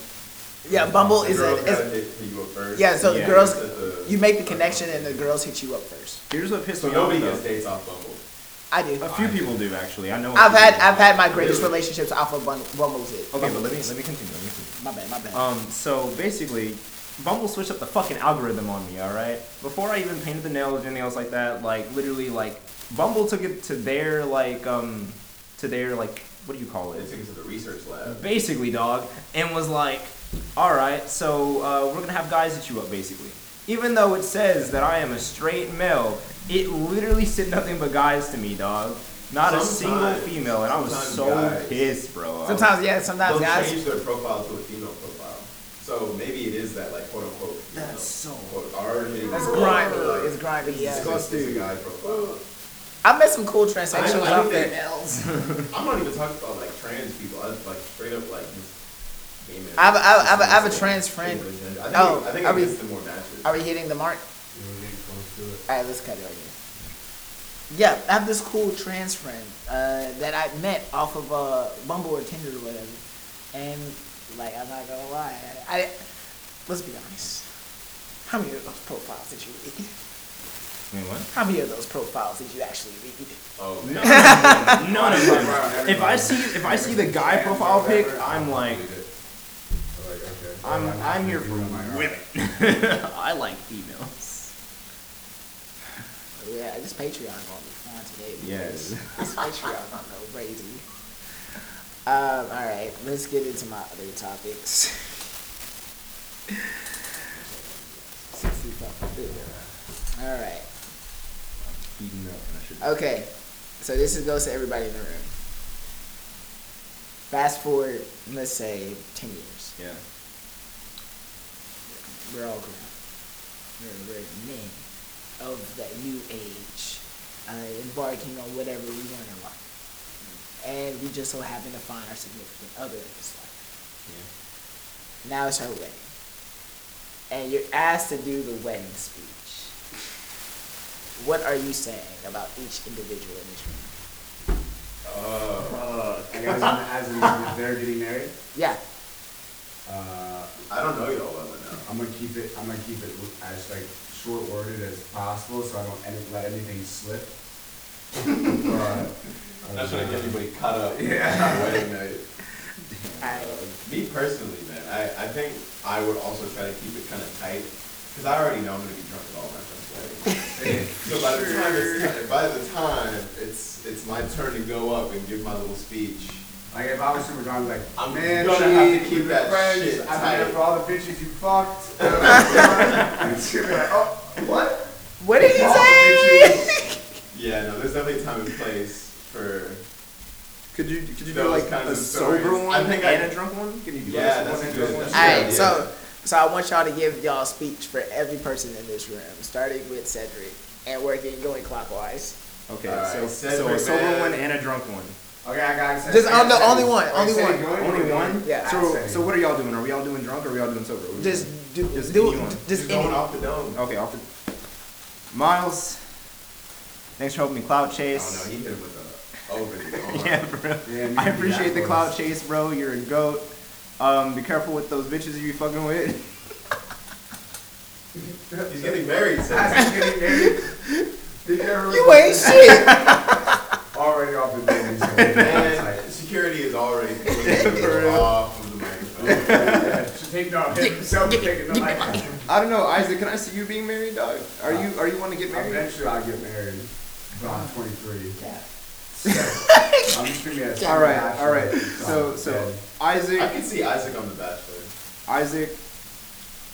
A: Yeah, Bumble
C: the
A: is a
C: girls gotta
A: is,
C: hit- hit you up first.
A: yeah. So
B: Yeah.
A: the girls,
C: At the-
A: you make the connection and the girls hit you up first.
B: Here's what pissed
C: So
B: me
C: nobody
B: off.
C: gets
B: though.
C: dates off Bumble.
A: I do.
B: A few people do actually. I know. a
A: I've
B: few
A: had
B: people.
A: I've had my greatest
C: Really?
A: relationships off of Bum- Bumble's it.
B: Okay, but let me let me continue. Let me continue.
A: My bad. My bad.
B: Um, so basically, Bumble switched up the fucking algorithm on me. All right, before I even painted the nails or anything else like that, like literally, like Bumble took it to their like um to their like what do you call
C: They
B: it?
C: took it to the research lab.
B: Basically, dog, and was like, all right, so uh, we're gonna have guys hit you up, basically. Even though it says that I am a straight male, it literally said nothing but guys to me, dog. Not a single
C: Sometimes-
B: female, and I was
C: sometimes
B: so
C: guys.
B: pissed, bro. I was-
A: sometimes yeah. Sometimes
C: They'll
A: guys.
C: change their profile to a female profile. So maybe it is that, like, quote unquote. female,
B: That's so-
C: Quote, already.
A: It's grimy. It's grimy. Yeah.
C: Disgusting guy profile.
A: I met some cool transsexuals
C: I- I
A: out
C: think
A: there.
C: they- I'm not even talking about, like, trans people. I was, like, straight up, like, just gay men.
A: I have a- I have a- I have a- I have a trans friend.
C: I think,
A: Oh,
C: I think
A: are
C: it
A: we-
C: gets them more matches.
A: Are we hitting the mark?
D: You were getting close to it.
A: All right, let's cut it right here. Yeah, I have this cool trans friend uh, that I met off of uh, Bumble or Tinder or whatever, and like I'm not gonna lie, I, I- let's be honest. How many of those profiles did you read?
B: Wait, what?
A: How many of those profiles did you actually read?
C: Oh,
B: None
C: no.
B: of them. None of
D: Right around
B: them. If I
D: everybody.
B: see if I see the guy profile pic, I'm like,
D: Delete it. I'm
B: I'm
D: like, okay. Well,
B: I'm here for
D: you know my heart.
B: women. I like females.
A: Yeah, this Patreon gonna be fun today. because
B: Yes.
A: This Patreon gonna go crazy. Um, all right, let's get into my other topics. all right.
B: Eating up, and I should-
A: Okay, so this is goes to everybody in the room. Fast forward, let's say ten years.
B: Yeah.
A: We're all grown. We're, we're men of that new age, uh, embarking on whatever we want in life. And we just so happen to find our significant other in this life.
B: Yeah.
A: Now it's her wedding. And you're asked to do the wedding speech. What are you saying about each individual in this room?
C: uh,
D: Like, as, in, as in, if they're getting married,
A: Yeah.
D: uh,
C: I don't know y'all well enough.
D: I'm gonna keep it. I'm gonna keep it as like short worded as possible, so I don't any, let anything slip. but,
C: That's trying to get
D: uh,
C: anybody caught up.
D: Yeah.
C: on Wedding night.
A: I,
C: Uh, me personally, man, I, I think I would also try to keep it kind of tight because I already know I'm gonna be drunk at all my friends'
D: uh,
C: weddings. so by the time it's, by the time it's it's my turn to go up and give my little speech.
D: Like if I was super drunk, like
C: I'm
D: man,
C: gonna
D: Shahid,
C: have to keep
D: we've been
C: that
D: friends.
C: shit
D: I've been
C: tight."
D: here for all the bitches you fucked. and she'd be like, oh, what?
A: what did he
D: All the
A: say?
D: bitches.
C: Yeah, no, there's definitely time and place for.
B: Could you could you do
C: Those
B: like
C: kinds
B: a
C: of
B: sober
C: stories.
B: one
C: I think I-
B: and a drunk one? Can you do
C: Yeah,
B: like
C: that's
B: one
C: a
B: and
C: good-
B: drunk
C: that's
A: All
C: a
B: one?
C: good
A: right,
C: idea.
A: so so I want y'all to give y'all speech for every person in this room, starting with Cedric and working going clockwise.
B: Okay,
C: All right,
B: so so
C: Cedric,
B: a sober
C: man.
B: one and a drunk one.
D: Okay, I got it.
A: Just on the- only one, only one.
B: Only one.
A: Yeah.
B: So so what are y'all doing? Are we all doing drunk or are we all doing sober? What are we
A: Just
B: doing?
A: do
B: Just Oh,
A: do
B: anyone.
A: just
C: going
A: any-
C: off the dome. Oh,
B: okay. Off the Miles. Thanks for helping me cloud chase.
C: Oh no, he hit him with a over the arm.
B: yeah, bro.
D: Yeah, you
B: I
D: can do
B: appreciate
D: that
B: the
D: for
B: cloud
D: us.
B: chase, bro. You're a goat. Um, be careful with those bitches you be fucking with.
C: He's getting married. So
D: That's getting married. Did ever-
A: You ain't shit.
D: already off the dating scene.
C: man, security is already pulling people off of the microphone.
D: Should take no, hit himself and take it to life.
B: I don't know, Isaac. Can I see you being married, dog? Are you are you want to get married?
D: Eventually, I'll get married. But I'm 23. I'm just gonna be a
B: All right,
D: bachelor.
B: all right. So so
C: I
B: Isaac,
C: can see Isaac on The Bachelor.
B: Isaac,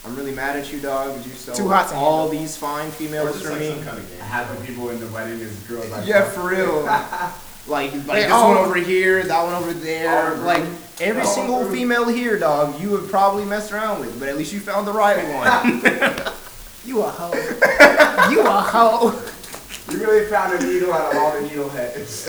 B: I'm really mad at you, dog. You stole
A: Too hot to
B: all
A: handle.
B: these fine
C: Or
B: females
C: just
B: from
C: like
B: me.
C: some kind of game.
D: half the people in the wedding is girls. I
B: Yeah,
D: fucked.
B: for real. like, like
A: They
B: this
A: all-
B: one over here, that one over there.
D: All
B: like
D: agree.
B: every
D: All
B: single
D: agree.
B: female here, dog, you have probably messed around with, but at least you found the right one.
A: You a hoe. You a hoe.
D: You really found a needle out of all the needle heads.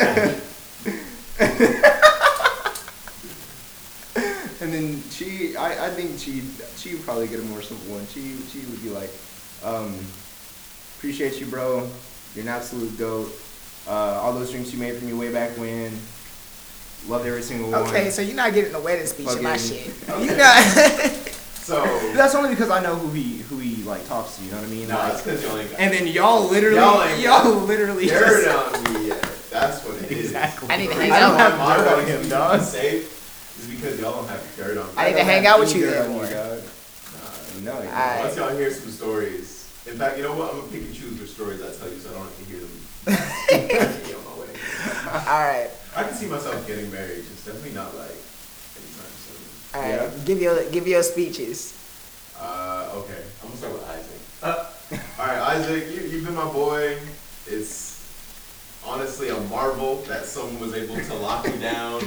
B: and then she, I, I think she, she would probably get a more simple one. She, she would be like, um, appreciate you, bro. You're an absolute goat. Uh, all those drinks you made for me way back when. Loved every single one.
A: Okay, so you're not getting the wedding speech in my
B: Fucking-
A: shit. You not.
C: So
B: That's only because I know who he, who he like talks to. You know what I mean?
C: no,
B: Like,
C: that's because you only got
B: And then y'all literally,
C: Y'all
B: y'all,
C: ain't-
B: literally. just-
C: dirt on me yet. That's what it is.
B: Exactly.
A: I need to
C: The
A: hang
C: reason
A: out.
C: why
B: I don't
C: my
B: have dirt on
C: wedding's
B: him,
C: gonna
B: dog.
C: be Safe is because y'all don't have dirt on me.
A: I need to hang out with you then more.
B: No, you don't.
A: I-
C: Once y'all hear some stories. In fact, you know what? I'm gonna pick and choose which stories I tell you, so I don't have to hear them. on my wedding.
A: All right,
C: I can see myself getting married. It's definitely not like anytime soon.
A: all right.
B: Yeah.
A: Give your give your speeches.
C: Uh, okay. I'm gonna start with Isaac. all right, Isaac, you, you've been my boy. It's honestly a marvel that someone was able to lock you down.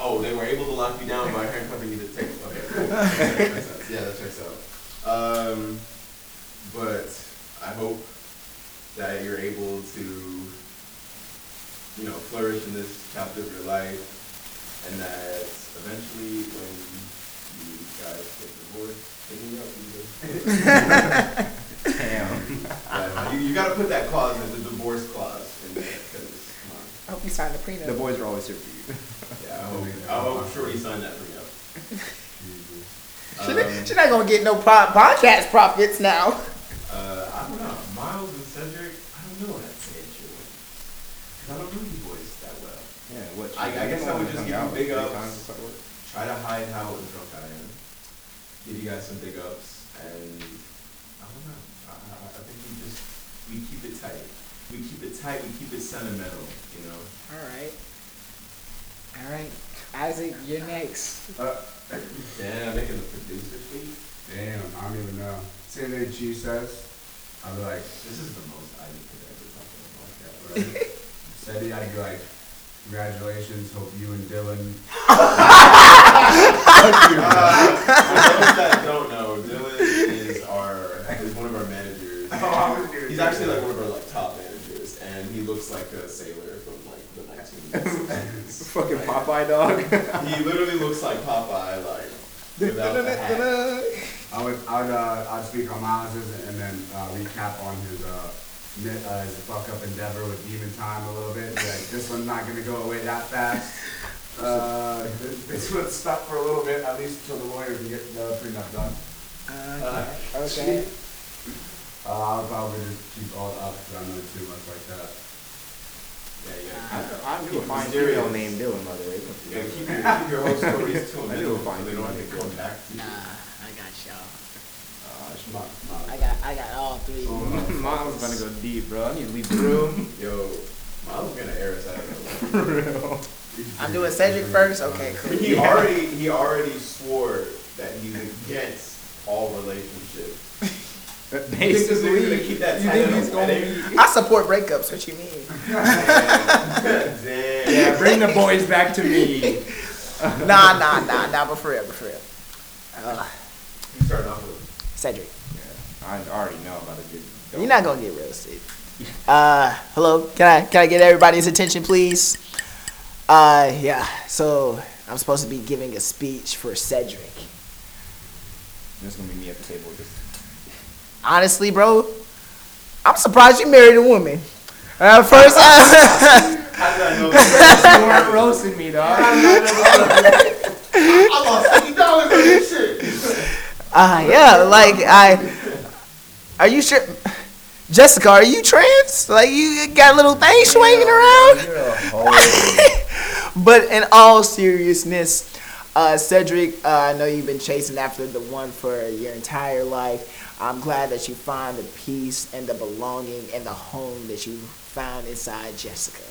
C: oh, they were able to lock you down by handcuffing you to the table. Okay, cool. That checks out. yeah, that checks out. Um, but I hope that you're able to, you know, flourish in this chapter of your life and that eventually when you guys get divorced, hit me up. you
B: Damn.
C: know. Uh, you, you gotta put that clause in the divorce clause in there because
A: I hope you signed the prenup.
B: The boys are always here for you.
C: yeah, I hope, I hope Shorty signed that for you.
A: She not- she not gonna get no po- podcast profits now.
C: Uh, I don't know. Miles and Cedric, I don't know what I'd say at your wedding. 'Cause I don't know you boys that well.
B: Yeah, what?
C: I- I guess I would just give you big ups.
B: up.
C: Try to hide how drunk I am. Give you guys some big ups, and I don't know. I, I, I think we just we keep it tight. We keep it tight. We keep it sentimental. You know.
A: All right, all right. Isaac, you're next.
D: Uh,
C: Yeah, making the producer speak.
D: Damn, I don't even know. See anything G says? I'll be like,
C: This is the most I could ever talk about that.
D: right? Said he, I'd be like, congratulations, hope you and Dylan.
C: Uh, for those that don't know, Dylan of our managers.
D: Oh, I was doing
C: He's
D: that.
C: actually like one of our like top managers, and he looks like a sailor from like the 1960s.
B: Fucking Popeye dog.
C: he literally looks like Popeye, like without the hat.
B: That's
D: I would, I would, uh, I'd speak on Miles's and then uh, recap on his, uh, ne- uh, his fuck up endeavor with Demon Time a little bit. Like, this one's not gonna go away that fast. Uh, this, this one's stuck for a little bit, at least until the lawyer can get the prenup done.
A: Uh, Okay. okay.
D: Uh, I'll probably just keep all up because I know too much like that.
C: Yeah, yeah.
B: I knew a
C: Keep
B: fine
C: it serious.
B: serial named Dylan, by the way.
C: You gotta keep your, keep your whole stories to a
B: I
C: minimum.
B: do a fine
C: so They don't
B: thing.
C: have to go back to
A: Nah,
C: you.
A: I got y'all.
C: Uh, it's not- not-
A: I got I got all three.
B: Miles is gonna go deep, bro. I need to leave the room.
C: Yo, Miles is gonna air us out.
B: For real.
A: I'm doing Cedric first. Okay, cool.
C: He already he already swore that he's against all relationships. You think this nigga's gonna
B: Basically,
C: keep that
B: you
C: tight
B: think he's
C: enough?
B: gonna
C: And
A: I support breakups. What you mean?
C: Damn.
B: yeah,
C: Damn.
B: bring the boys back to me.
A: Nah, nah, nah, nah. But for real, but for real. Uh,
C: You start off with
A: Cedric,
B: I already know about a good.
A: you're not gonna get roasted. Uh, hello. Can I can I get everybody's attention, please? Uh, yeah. So I'm supposed to be giving a speech for Cedric.
B: That's gonna be me at the table. Just
A: Honestly, bro, I'm surprised you married a woman. Uh, first, I,
C: How did I know that?
B: you weren't roasting me, dog.
C: I lost fifty dollars on this shit.
A: uh, yeah, like I. Are you sure, Jessica? Are you trans? Like you got little things swinging around?
B: You're a hoe.
A: But in all seriousness, uh, Cedric, uh, I know you've been chasing after the one for your entire life. I'm glad that you find the peace and the belonging and the home that you found inside Jessica.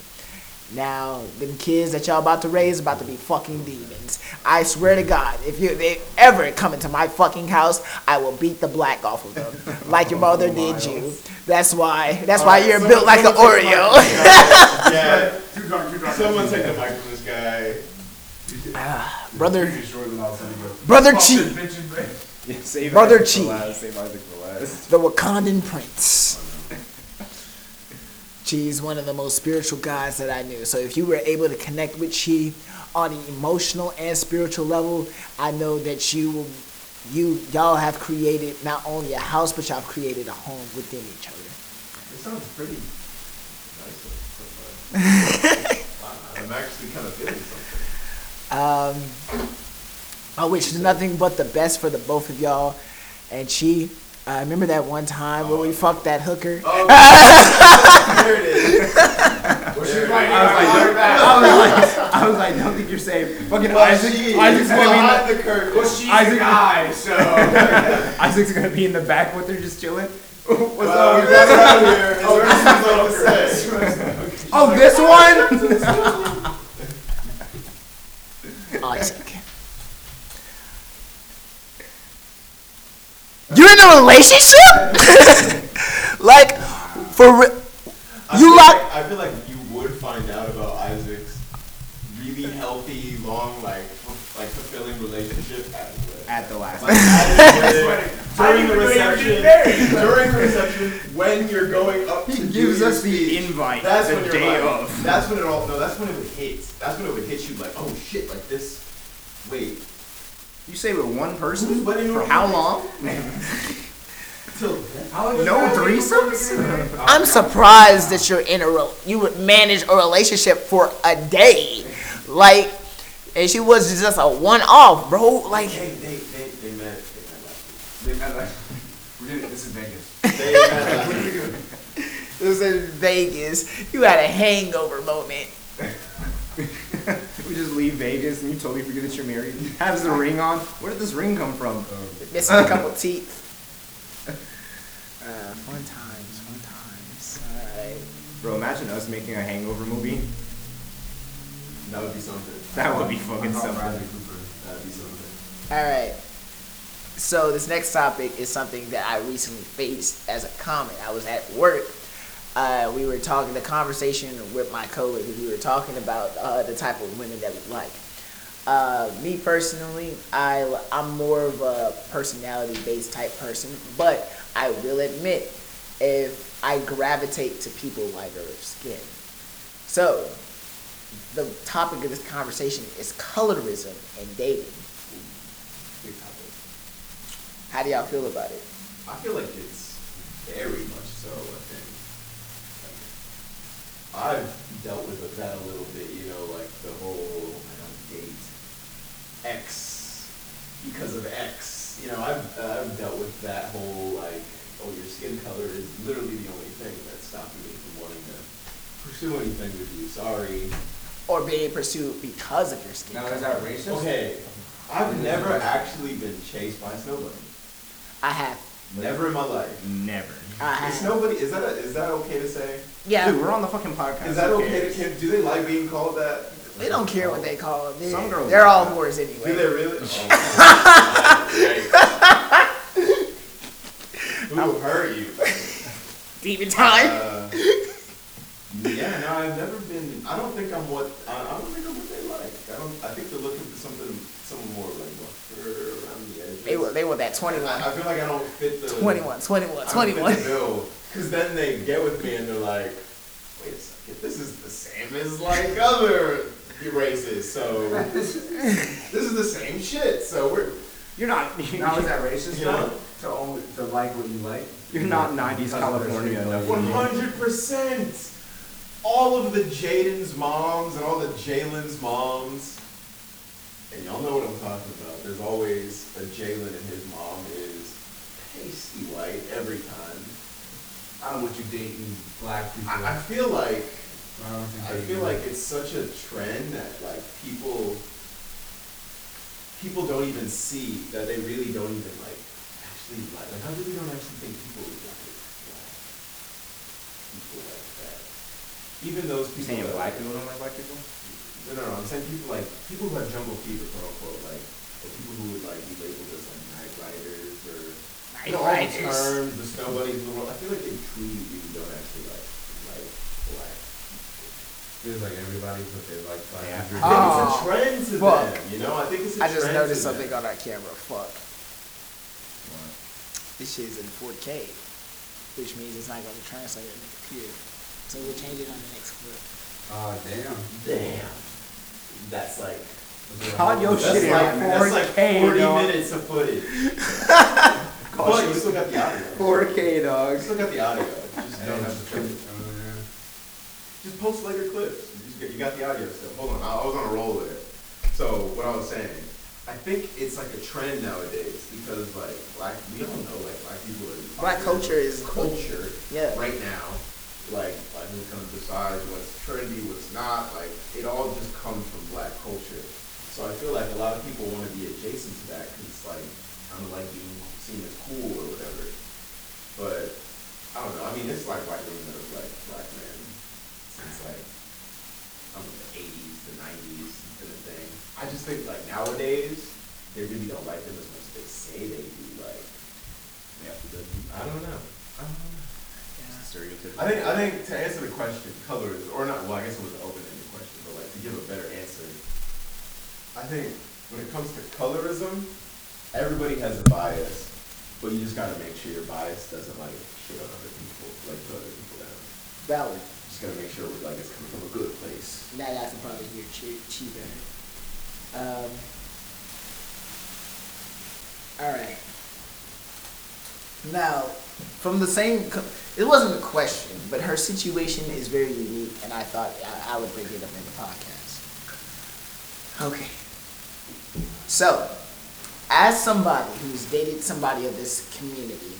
A: Now, them kids that y'all about to raise about to be fucking demons. I swear to God, if you they ever come into my fucking house, I will beat the black off of them, like your mother did you. That's why. That's why you're built like an Oreo.
C: Yeah.
D: Too drunk, too drunk.
C: Someone take the mic from this guy.
A: brother,
D: Pretty sure that I'll send you a-
A: brother
D: Fuck
A: Chi.
D: this bitch and bitch.
B: Yeah, save
A: Brother
B: Isaac for
A: Chi.
B: last, Save Isaac for last.
A: the Wakandan prince. Chi is one of the most spiritual guys that I knew. So if you were able to connect with Chi on an emotional and spiritual level, I know that you will, you y'all have created not only a house, but y'all have created a home within each other.
C: It sounds pretty nice so so far. Wow, I'm actually kind of feeling something.
A: Um, I wish Uh, nothing but the best for the both of y'all. And Chi, I remember that one time where we fucked that hooker.
C: Oh, there it is. There it is.
B: I was like, don't think you're safe. Fucking
C: Well,
B: Isaac,
C: she is
B: Isaac's gonna
C: behind the curtain.
D: Well, she's a
B: Isaac-
D: guy, so.
B: be, Isaac's gonna be in the back with her, just chilling. What's
D: Oh,
C: Well, we
B: up?
C: got her out of here. It's her she's about to say.
B: Oh, this one?
A: Isaac. You're in a relationship? like, for real.
C: I
A: You
C: feel
A: like-
C: I feel like you would find out about Isaac's really healthy, long, like, f- like fulfilling relationship at the wedding.
B: At the last.
C: Like, at the wedding,
D: I
C: during
D: didn't
C: the
D: even know you were getting
C: reception,
D: married.
C: during the reception, when you're going up, to
B: He
C: do
B: gives
C: your
B: us the
C: speech,
B: invite
C: That's when
B: the
C: you're
B: day
C: like,
B: of.
C: That's when it all. No, that's when it would hit. That's when it would hit you like, oh shit, like this. Wait,
B: You say with one
C: who's
B: person?
C: wedding
B: For
C: are we
B: how
C: at?
B: long?
C: Till then.
B: No threesomes?
A: I'm surprised that you're in a rel- you would manage a relationship for a day. Like, and she was just a one off, bro. Like,
C: They they they they met. They
D: They met like, we're doing, this is Vegas.
C: met. Last week. They met. last week.
A: it was in Vegas. You had a hangover moment.
B: we just leave Vegas and you totally forget that you're married. Has the ring on? Where did this ring come from?
A: Missing a couple teeth. Uh, fun times, fun times. Alright.
B: Bro, imagine us making a hangover movie.
C: That would be something.
B: That would be fucking
D: I call
B: something.
D: Bradley Cooper.
C: That would be something.
A: All right. So this next topic is something that I recently faced as a comment. I was at work. Uh, we were talking the conversation with my coworker. We were talking about uh, the type of women that we like. Uh, me personally, I I'm more of a personality based type person, but I will admit if I gravitate to people lighter of skin. So the topic of this conversation is colorism and dating.
C: Big topic.
A: How do y'all feel about it?
C: I feel like it's very much so a thing. Like, I've dealt with that a little bit, you know, like the whole I don't date X because of X. You know, I've I've dealt with that whole like, oh, your skin color is literally the only thing that's stopping me from wanting to pursue anything with you. Sorry.
A: Or being pursued because of your skin
D: Now,
A: color?
D: is that racist?
C: Okay, I've never actually been chased by a snow bunny.
A: I have.
C: Never in my life.
B: Never.
A: I have.
C: Is nobody is that a, is that okay to say?
A: yeah.
B: Dude, we're on the fucking podcast.
C: Is that
B: who
C: okay to
B: cares?
C: kid? Do they like being called that?
A: They don't care what they call them. They,
B: Some girls
A: they're
B: like
A: all
B: that.
A: whores
C: Do they
A: anyway.
C: really? Oh, Who hurt you?
A: Demon time.
C: Uh, yeah, no, I've never been. I don't think I'm what. I, I don't think I'm what they like. I don't. I think they're looking for something, someone more like rougher around the edges.
A: They want, they want that
C: I,
A: 21.
C: I feel like I don't fit the
A: 21, 21,
C: I don't
A: 21.
C: fit the bill. Cause then they get with me and they're like, wait a second, this is the same as like other races. So this is the same shit. So we're
B: You're not.
D: Now, is that racist
C: Yeah.
D: though? To only to like what you like?
B: You're not 90s
D: Because of their
B: California
D: skin
B: enough.
D: color.
C: One hundred percent. All of the Jaden's moms and all the Jalen's moms, and y'all know what I'm talking about. There's always a Jalen and his mom is pasty white every time.
D: I don't want you dating black people.
C: I, I feel like
D: I don't want you
C: I
D: dating-
C: feel like it's such a trend that like people people don't even see that they really don't even like actually like like I really don't actually think people like black people like that. Even those
B: You
C: people
B: saying
C: that,
B: black people don't like black people?
C: No, no, no. I'm saying people like people who have jungle fever, quote unquote, like or people who would like be labeled as like night riders or you know, all the
A: Riders.
C: terms, the snow buddies of the world. I feel like they truly, really don't actually like like black. people.
D: Feels like everybody put their like black
B: Yeah.
D: people.
C: I think
A: Oh,
C: it's a trend to
A: fuck.
C: them, you know. I think it's a
A: I just
C: trend
A: noticed
C: to
A: something
C: Them.
A: on our camera. Fuck. This shit is in 4K, which means it's not going to translate on the computer. So we'll change it on the next clip.
D: Oh damn.
C: Damn, that's like
B: Call your
C: that's
B: shit in
C: like that's like
B: 4K,
C: forty
B: dog.
C: minutes of footage.
B: Call
C: but
B: shit-
C: you still got the audio. You
B: dog.
C: still got the audio. Just
D: I don't
C: don't
D: have to
C: just,
D: turn it down.
C: just post later clips. You, just got, you got the audio still. Hold on, I, I was on a roll with it. So what I was saying, I think it's like a trend nowadays because like black, we all know like black people are
A: Black culture is-
C: culture.
A: Yeah.
C: right now, like like who kind of decides what's trendy, what's not, like it all just comes from black culture. So I feel like a lot of people want to be adjacent to that because it's like kind of like being seen as cool or whatever. But I don't know. I mean, it's like white women that are like black men since like I don't know the '80s, the '90s, kind of thing. I just think like nowadays they really don't like them as much as they say they do. Like, yeah, the, I don't know. I don't know. I think I think to answer the question, colorism or not well, I guess it was an open-ended question, but like to give a better answer, I think when it comes to colorism, everybody has a bias, but you just gotta make sure your bias doesn't like shit on other people, like put other people down.
A: Valid.
C: Just gotta make sure like it's coming from a good place.
A: Now that I can probably hear Chi- Chi better. Um, all right. Now, from the same, co- it wasn't a question, but her situation is very unique, and I thought I, I would bring it up in the podcast. Okay. So, as somebody who's dated somebody of this community,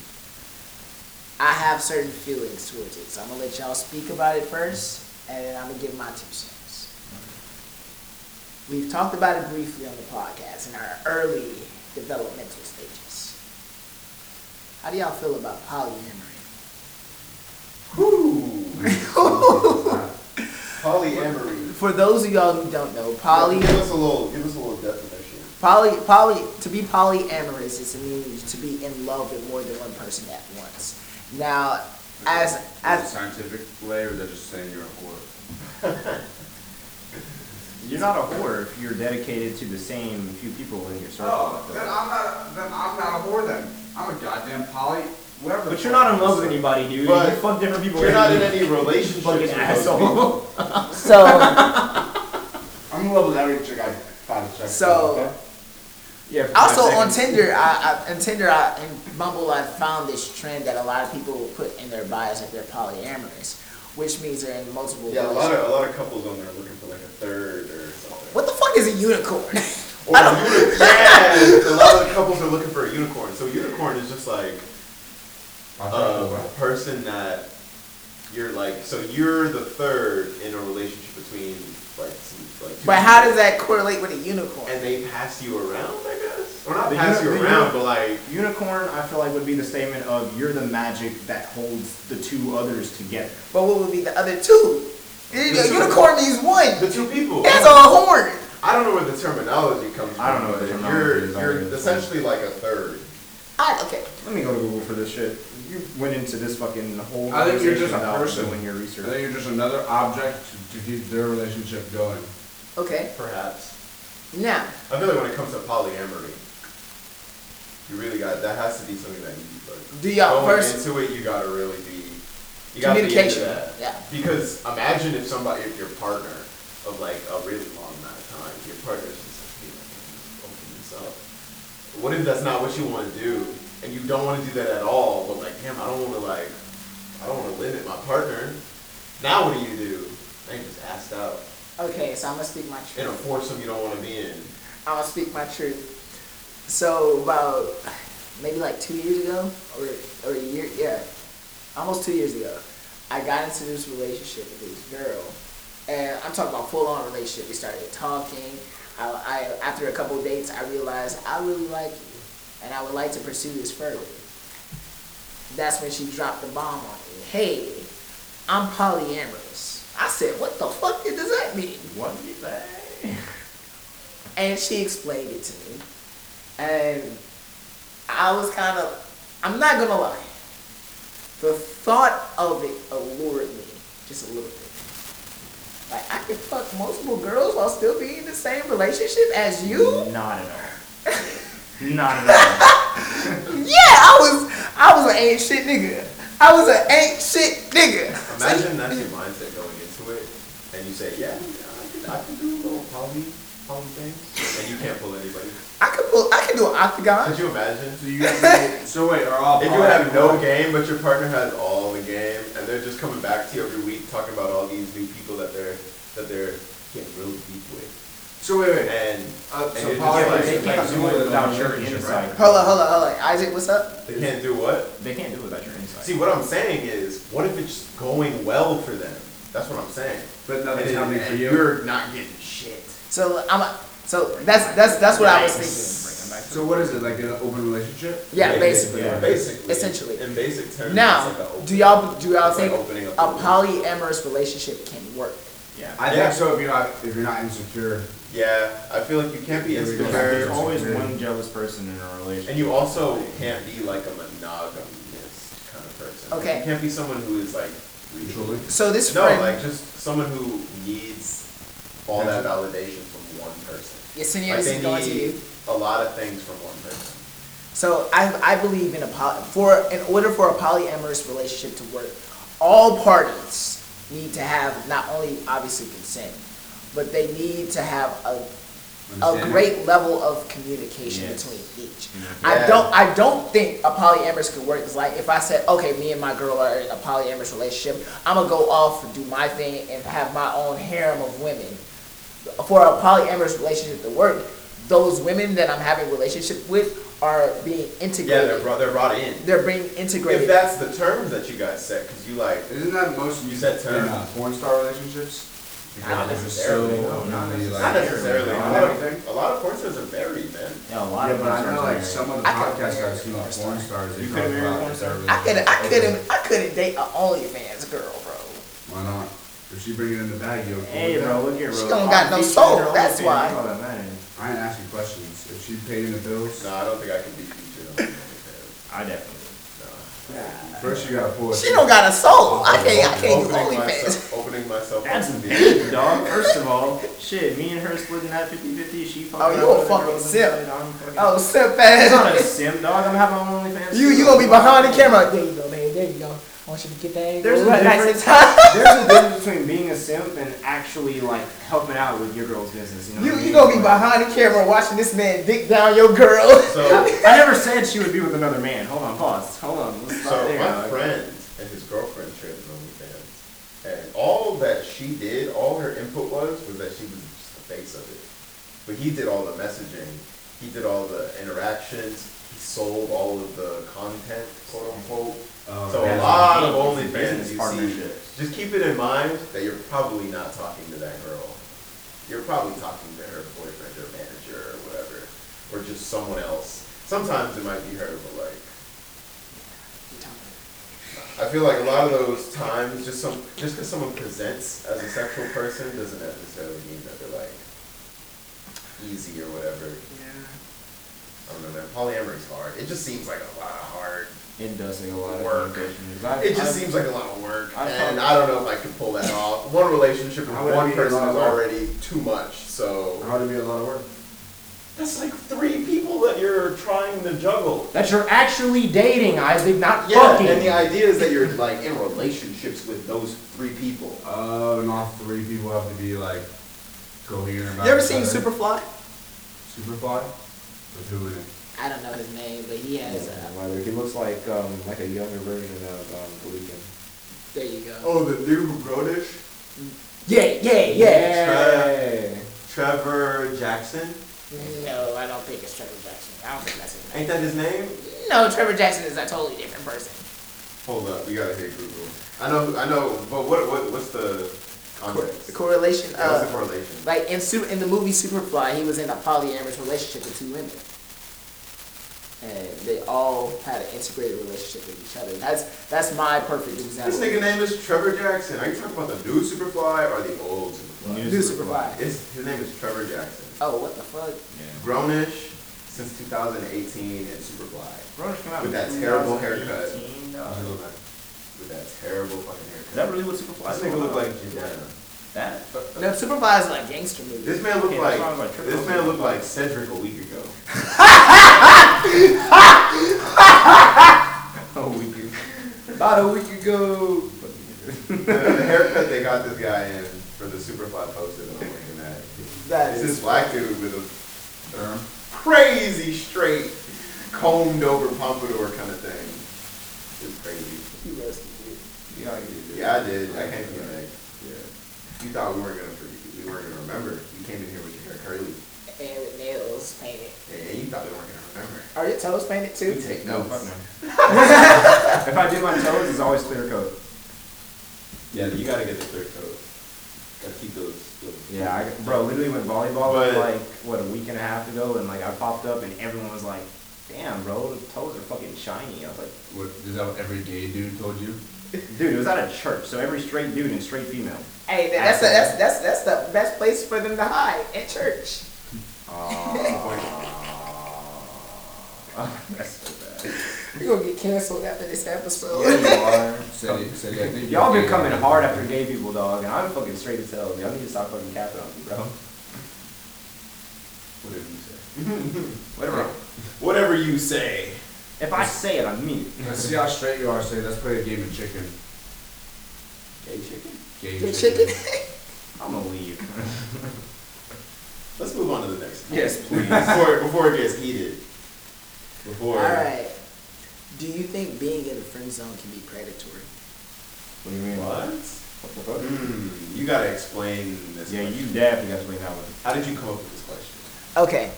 A: I have certain feelings towards it. So I'm gonna let y'all speak about it first, and then I'm gonna give my two cents. We've talked about it briefly on the podcast in our early developmental stages. How do y'all feel about polyamory?
C: Polyamory.
A: For those of y'all who don't know, poly
C: Give us a little. Give us a little definition.
A: Poly, poly, to be polyamorous is to mean to be in love with more than one person at once. Now, as
D: Is it
A: as
D: scientific way, or they're just saying you're a whore.
B: You're not a whore if you're dedicated to the same few people in your circle. I
D: Oh,
B: feel
D: then
B: like.
D: I'm not. Then I'm not a whore. Then I'm a goddamn poly. Whatever. the
B: But you're
D: fuck
B: not in
D: it is.
B: love with anybody, dude.
C: But
B: you fuck different people.
C: You're not in
B: every
C: any relationships
B: fucking
C: with those people.
B: asshole.
A: So,
D: I'm in love with every chick I find a chick.
A: So-
D: okay?
B: yeah. for five
A: also on
B: seconds.
A: Tinder, I, I on Tinder I, and Bumble, I found this trend that a lot of people will put in their bios that they're polyamorous, which means they're in multiple.
C: Yeah, a lot
A: relationships.
C: of a lot of couples on there looking for like a third or something.
A: What the fuck is a unicorn?
C: Or a uni- yeah, a lot of couples are looking for a unicorn. So unicorn is just like
D: My
C: a
D: friend-
C: person that you're like. So you're the third in a relationship between like some, like. two
A: but how does
C: people.
A: that correlate with a unicorn?
C: And they pass you around, I guess. Or not
B: The
C: pass
B: uni-
C: you
B: the
C: around,
B: uni-
C: but like
B: Unicorn, I feel like would be the statement of you're the magic that holds the two others together.
A: But what would be the other two? A
C: two.
A: unicorn means one.
C: the two people.
A: That's a horn.
C: I don't know where the terminology comes from.
B: I don't know what the
C: but
B: terminology is
C: You're,
B: either.
C: you're essentially like a third.
A: I, okay.
B: Let me go to Google for this shit. You went into this fucking whole.
D: I think you're just
B: conversation
D: a
B: without
D: person.
B: doing your research.
D: And then you're just another object to, to keep their relationship going.
A: Okay.
C: Perhaps.
A: Now,
C: I feel like when it comes to polyamory, you really got that has to be something that you do first.
A: do y'all
C: Going
A: uh, first?
C: into it, you gotta really be you gotta be into
A: Communication,
C: that.
A: yeah.
C: Because imagine if somebody, if your partner of like a really long amount of time, your partner's just like, hey, man, just open this up. What if that's not what you want to do, and you don't want to do that at all? But like, damn, I don't want to like, I don't want to limit my partner. Now what do you do? Now you just asked out
A: Okay, so I'm gonna speak my
C: in a
A: truth.
C: foursome you don't want to be in.
A: I'm gonna speak my truth. So about maybe like two years ago, or or a year, yeah, almost two years ago, I got into this relationship with this girl, and I'm talking about full on relationship. We started talking. I, I after a couple dates, I realized I really like you, and I would like to pursue this further. That's when she dropped the bomb on me. Hey, I'm polyamorous. I said, what the fuck does that mean?
B: What did you say?
A: and she explained it to me. And I was kind of, I'm not gonna lie, the thought of it allured me just a little bit. Like, I could fuck multiple girls while still being in the same relationship as you?
B: Not at all. Not at all.
A: Yeah, I was, I was an ain't shit nigga. I was an ain't shit nigga.
C: Imagine that's your mindset going into it, and you say, "Yeah, I can, I can do a little poly, poly things," and you can't pull anybody.
A: I could pull, I could do an octagon.
C: Could you imagine?
D: So you. have to- so wait, are all
C: If you
D: poly-
C: have no game, but your partner has all the game, and they're just coming back to you every week talking about all these new people that they're that they're getting real deep with,
D: So wait, wait.
C: and
D: Uh,
C: and
D: so
C: you're just
D: poly-
C: like,
D: they
B: They
D: can't
B: can't
C: like,
B: do it without your insight.
A: Hold up, hold up, hold up. Isaac, what's up?
C: they can't do what?
B: They can't do it without your insight.
C: See, what I'm saying is, what if it's going well for them? That's what I'm saying.
D: But
C: And-
D: nothing's happening for
C: and
D: you.
C: You're not getting shit.
A: So I'm, a, so that's that's that's what I was thinking.
D: So what is it like an open relationship?
A: Yeah, basically.
B: yeah.
C: Basically.
A: Essentially.
C: In basic terms.
A: Now,
C: it's like a open-
A: do y'all do y'all
C: It's like
A: think
C: opening
A: a
C: up the world.
A: polyamorous relationship can work?
B: Yeah.
D: I
C: Yeah.
D: think so. If you're not, if you're not insecure,
C: Yeah, I feel like you can't be
D: There we go.
B: There's
C: insecure,
B: always one jealous person in a relationship.
C: and you also can't be like a monogamous kind of person.
A: Okay.
C: You can't be someone who is like really-
D: usually.
A: So this
C: No,
A: friend,
C: like just someone who needs all that validation from one person.
A: Yesenia,
C: Like
A: this
C: they
A: is going to
C: need
A: you.
C: a lot of things from one person.
A: So I, I believe in a poly, for in order for a polyamorous relationship to work, all parties need to have not only obviously consent, but they need to have a a
D: Understand?
A: Oh, great level of communication
B: Yes.
A: between each.
C: Yeah.
A: I don't I don't think a polyamorous could work. It's like if I said, okay, me and my girl are in a polyamorous relationship, I'm gonna go off and do my thing and have my own harem of women. For a polyamorous relationship to work, those women that I'm having relationship with are being
C: Yeah,
A: integrated.
C: they're brought, they're brought in.
A: they're being
C: If
A: integrated.
C: that's the term that you guys set, because you like
D: Isn't that most
C: You said
D: in, uh,
C: term.
D: porn star relationships? Because
C: Not
D: there's
C: necessarily,
D: so
C: no,
B: not
D: many,
C: not
D: like-
C: necessarily. A
D: Not
C: lot
D: everything.
C: of, a lot of porn stars are married, man.
B: Yeah, a lot
D: Yeah,
B: of
D: but I
B: porn
D: know
B: stars are
D: like some of the
A: I could-
D: podcasts I've seen about porn stars. they
B: You could
D: talk
B: marry a
D: about
B: porn star.
D: their
A: I couldn't I
D: relationships.
A: couldn't I couldn't date an OnlyFans girl, bro.
D: Why not? If she bring it in the bag, you.
B: married. Hey, bro, look here, bro.
A: She don't got no
B: These
A: soul,
B: guys are
A: that's
B: only
A: why.
B: fans, all that matters.
D: I ain't asking questions. If she paying the bills,
C: No, I don't think I can be featured on OnlyFans.
B: I definitely.
C: No.
D: first you gotta pull. it.
A: She don't got a soul. I can't I can't do
C: Opening
A: OnlyFans.
C: myself- Opening myself, myself up
B: That's
C: to be.
B: big, dog. First of all, shit, me and her splitting that 50-50, she fucking
A: Oh, you
B: up
A: a
B: with her
A: fucking
B: other
A: simp.
B: shit, I'm fucking-
A: Oh, simp
B: It's not a
A: ass.
B: sim, dog. I'm having my own OnlyFans.
A: You
B: too.
A: you gonna be behind the camera? There you go, man. There you go. I want you to get that. angle
B: There's a
A: right, nice and
B: difference.
A: tight.
B: There's a difference between being a simp and actually like helping out with your girl's business. You know. what
A: You
B: I
A: you
B: mean?
A: gonna be behind the camera watching this man dick down your girl?
C: So,
B: I never said she would be with another man. Hold on, pause. Hold on. Let's stop
C: so
B: there.
C: my
B: dog.
C: friend and his girlfriend shared an OnlyFans, and all that she did, all her input was, was that she was just the face of it. But he did all the messaging, he did all the interactions, he sold all of the content, quote unquote.
D: Oh,
C: So a
B: that's
C: lot
B: a
C: of
B: big business
C: OnlyFans you see.
B: partnership.
C: Just keep it in mind that you're probably not talking to that girl. You're probably talking to her boyfriend or manager or whatever, or just someone else. Sometimes it might be her, but like I feel like a lot of those times, just some, just because someone presents as a sexual person doesn't necessarily mean that they're like easy or whatever.
A: Yeah.
C: I don't know, man. Polyamory's hard. It just seems like a lot of hard.
B: It does take a lot of
C: Work.
B: communication. 'Cause I-
C: It just
B: I-
C: seems like a lot of work,
B: I
C: and
B: thought-
C: I don't know if I could pull that off. One relationship
D: I
C: with
D: would
C: one
D: agree with a
C: person
D: lot
C: is
D: of work.
C: already too much. So
D: How to be a lot of work.
C: that's like three people that you're trying to juggle.
B: that you're actually dating, Isaac, not
C: Yeah,
B: fucking.
C: and the idea is that you're like in relationships with those three people.
D: Oh, and all three people have to be like coherent about
C: You ever
D: each
C: seen
D: other.
C: Superfly?
D: Superfly? With who in it?
A: I don't know his name, but he has. Uh,
B: he looks like um, like a younger version of um, The Weeknd.
A: there you go.
C: Oh, the dude who wrote it?
A: Yeah, yeah, yeah.
C: Trevor Jackson.
A: No, I don't think it's Trevor Jackson. I don't think that's his name.
C: Ain't that his name?
A: No, Trevor Jackson is a totally different person.
C: Hold up, we gotta hit Google. I know, I know, but what, what what's the
A: The
C: context?
A: correlation uh,
C: Yeah, what's the
A: of
C: correlation?
A: like in super, in the movie Superfly, he was in a polyamorous relationship with two women, and they all had an integrated relationship with each other. That's that's my perfect
C: This
A: example.
C: nigga name is Trevor Jackson. Are you talking about the new Superfly or the old Superfly?
A: New Superfly.
C: It's, his name is Trevor Jackson.
A: Oh, what the fuck?
C: Grownish since 2018 and Superfly
B: Rush came out
C: With
B: in
C: that terrible
B: 2018, dog.
C: with that terrible fucking haircut.
B: Is Uh-huh. that really what Superfly
C: This nigga look like yeah.
B: That?
A: No, Superfly is like gangster movie.
C: This man looked
B: Okay, that's why I was like,
C: like
B: Trevor
C: this man
B: Jackson.
C: looked like Cedric a week ago.
B: A week ago. About a week ago.
C: the the haircut they got this guy in for the Superfly poster that I'm looking at.
A: That
C: It's
A: is
C: this black dude with a crazy straight, combed over pompadour kind of thing. It's crazy.
A: he roasted you.
B: Yeah, I did.
C: Yeah, I did. I came from like, yeah. You thought we weren't gonna forget, we weren't gonna remember. You came in here with your hair curly,
A: and with nails painted.
C: and you thought we weren't gonna remember.
A: Are your toes painted
C: We
A: too?
C: take
B: No, fuck
C: notes.
B: no. if I do my toes, it's always clear coat.
C: Yeah, you gotta get the clear coat. Gotta keep those. those-
B: Yeah, I, bro, literally went volleyball
C: But-
B: like what a week and a half ago, and like I popped up, and everyone was like, "Damn, bro, the toes are fucking shiny." I was like,
D: What, is that what every gay dude told you?
B: "Dude, it was at a church, so every straight dude and straight female."
A: Hey, that- that's the, that's that's that's the best place for them to hide at church.
B: Oh, That's so
A: You're gonna get canceled after this episode.
B: bad. you are.
D: Said it, said it.
B: Y'all been coming hard after gay people, dog, and I'm fucking straight as hell. Y'all need to stop fucking capping on me, bro.
C: Whatever you say.
B: Whatever.
C: Whatever you say.
B: If I say it, I mean it.
D: Let's see how straight you are. Say, let's play a game of chicken.
B: Gay chicken?
D: Game
A: Your chicken.
B: I'm gonna leave.
C: Let's move on to the next. topic.
B: Yes, please.
C: before before it gets heated.
A: All
C: Before.
A: right. Do you think being in a friend zone can be predatory?
B: What do you mean?
C: What?
B: What the fuck?
C: Hmm. You gotta explain this.
B: Yeah,
C: question.
B: you definitely got to explain that one.
C: How did you come up with this question?
A: Okay.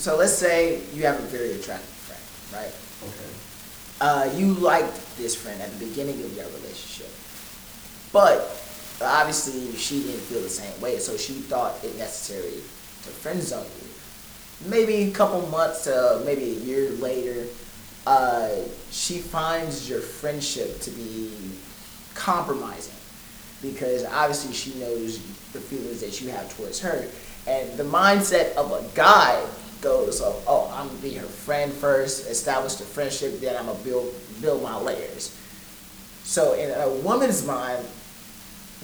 A: So let's say you have a very attractive friend, right?
C: Okay.
A: Uh, you liked this friend at the beginning of your relationship, but obviously she didn't feel the same way, so she thought it necessary to friend zone you. maybe a couple months to maybe a year later, uh, she finds your friendship to be compromising because obviously she knows the feelings that you have towards her. And the mindset of a guy goes, oh, oh I'm going to be her friend first, establish the friendship, then I'm going to build, build my layers. So in a woman's mind,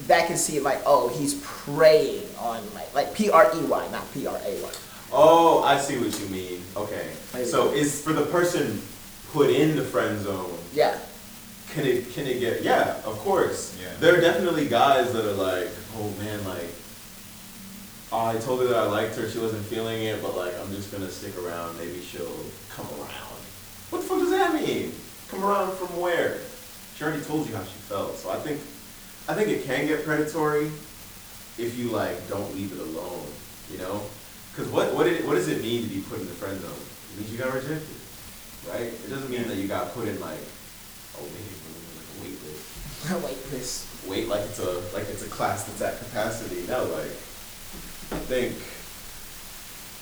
A: that can see like, oh, he's preying on like like P R E Y, not P R A Y.
C: Oh, I see what you mean. Okay.
A: Maybe.
C: So is for the person put in the friend zone,
A: Yeah.
C: can it can it get yeah, of course.
B: Yeah.
C: There are definitely guys that are like, oh man, like oh, I told her that I liked her, she wasn't feeling it, but like I'm just gonna stick around, maybe she'll come around. What the fuck does that mean? Come around from where? She already told you how she felt. So I think I think it can get predatory if you like don't leave it alone, you know? Because what what, it, what does it mean to be put in the friend zone? It means you got rejected, right? It doesn't mean that you got put in like a waiting room, like a wait list.
A: like this.
C: Wait like it's a like it's a class that's at capacity. No, like I think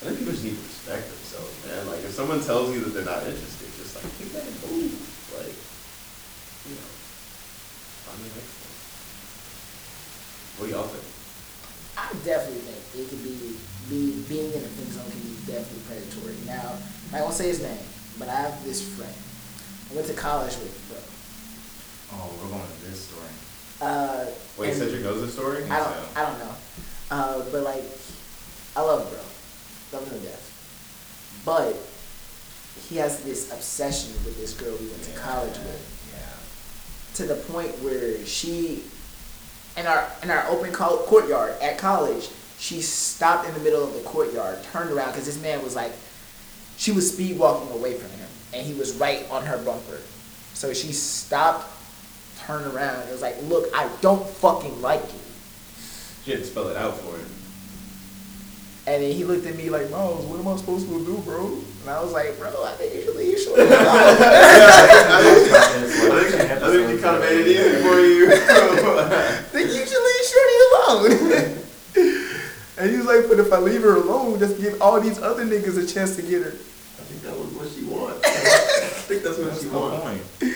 C: I think people just need to respect themselves, man. Like if someone tells you that they're not interested, just like keep that in mind. Like you know, find the next one. What do y'all think?
A: I definitely think it could be, be being in a friend zone can be definitely predatory. Now, I won't say his name, but I have this friend. I went to college with bro.
B: Oh, we're going to this story.
A: Uh,
C: Wait,
A: and-
C: Cedric knows the story.
A: I don't,
B: So-
A: I don't know. Uh, but like, I love bro. Love him to death. But he has this obsession with this girl we went to college with
B: Yeah.
A: to the point where she, in our in our open col- courtyard at college, she stopped in the middle of the courtyard, turned around because this man was like, she was speed walking away from him, and he was right on her bumper. So she stopped, turned around, and was like, "Look, I don't fucking like you."
C: She had to spell it out for him.
A: And then he looked at me like, Miles, what am I supposed to do, bro? And I was like, bro, I think you should leave short. I
C: I think, I think you kind of made it easy for you.
A: think you should leave Shorty alone. and he was like, but if I leave her alone, just give all these other niggas a chance to get her.
C: I think that was what she wanted. I think that's what
B: That's
C: she
B: the whole
C: wanted.
B: point.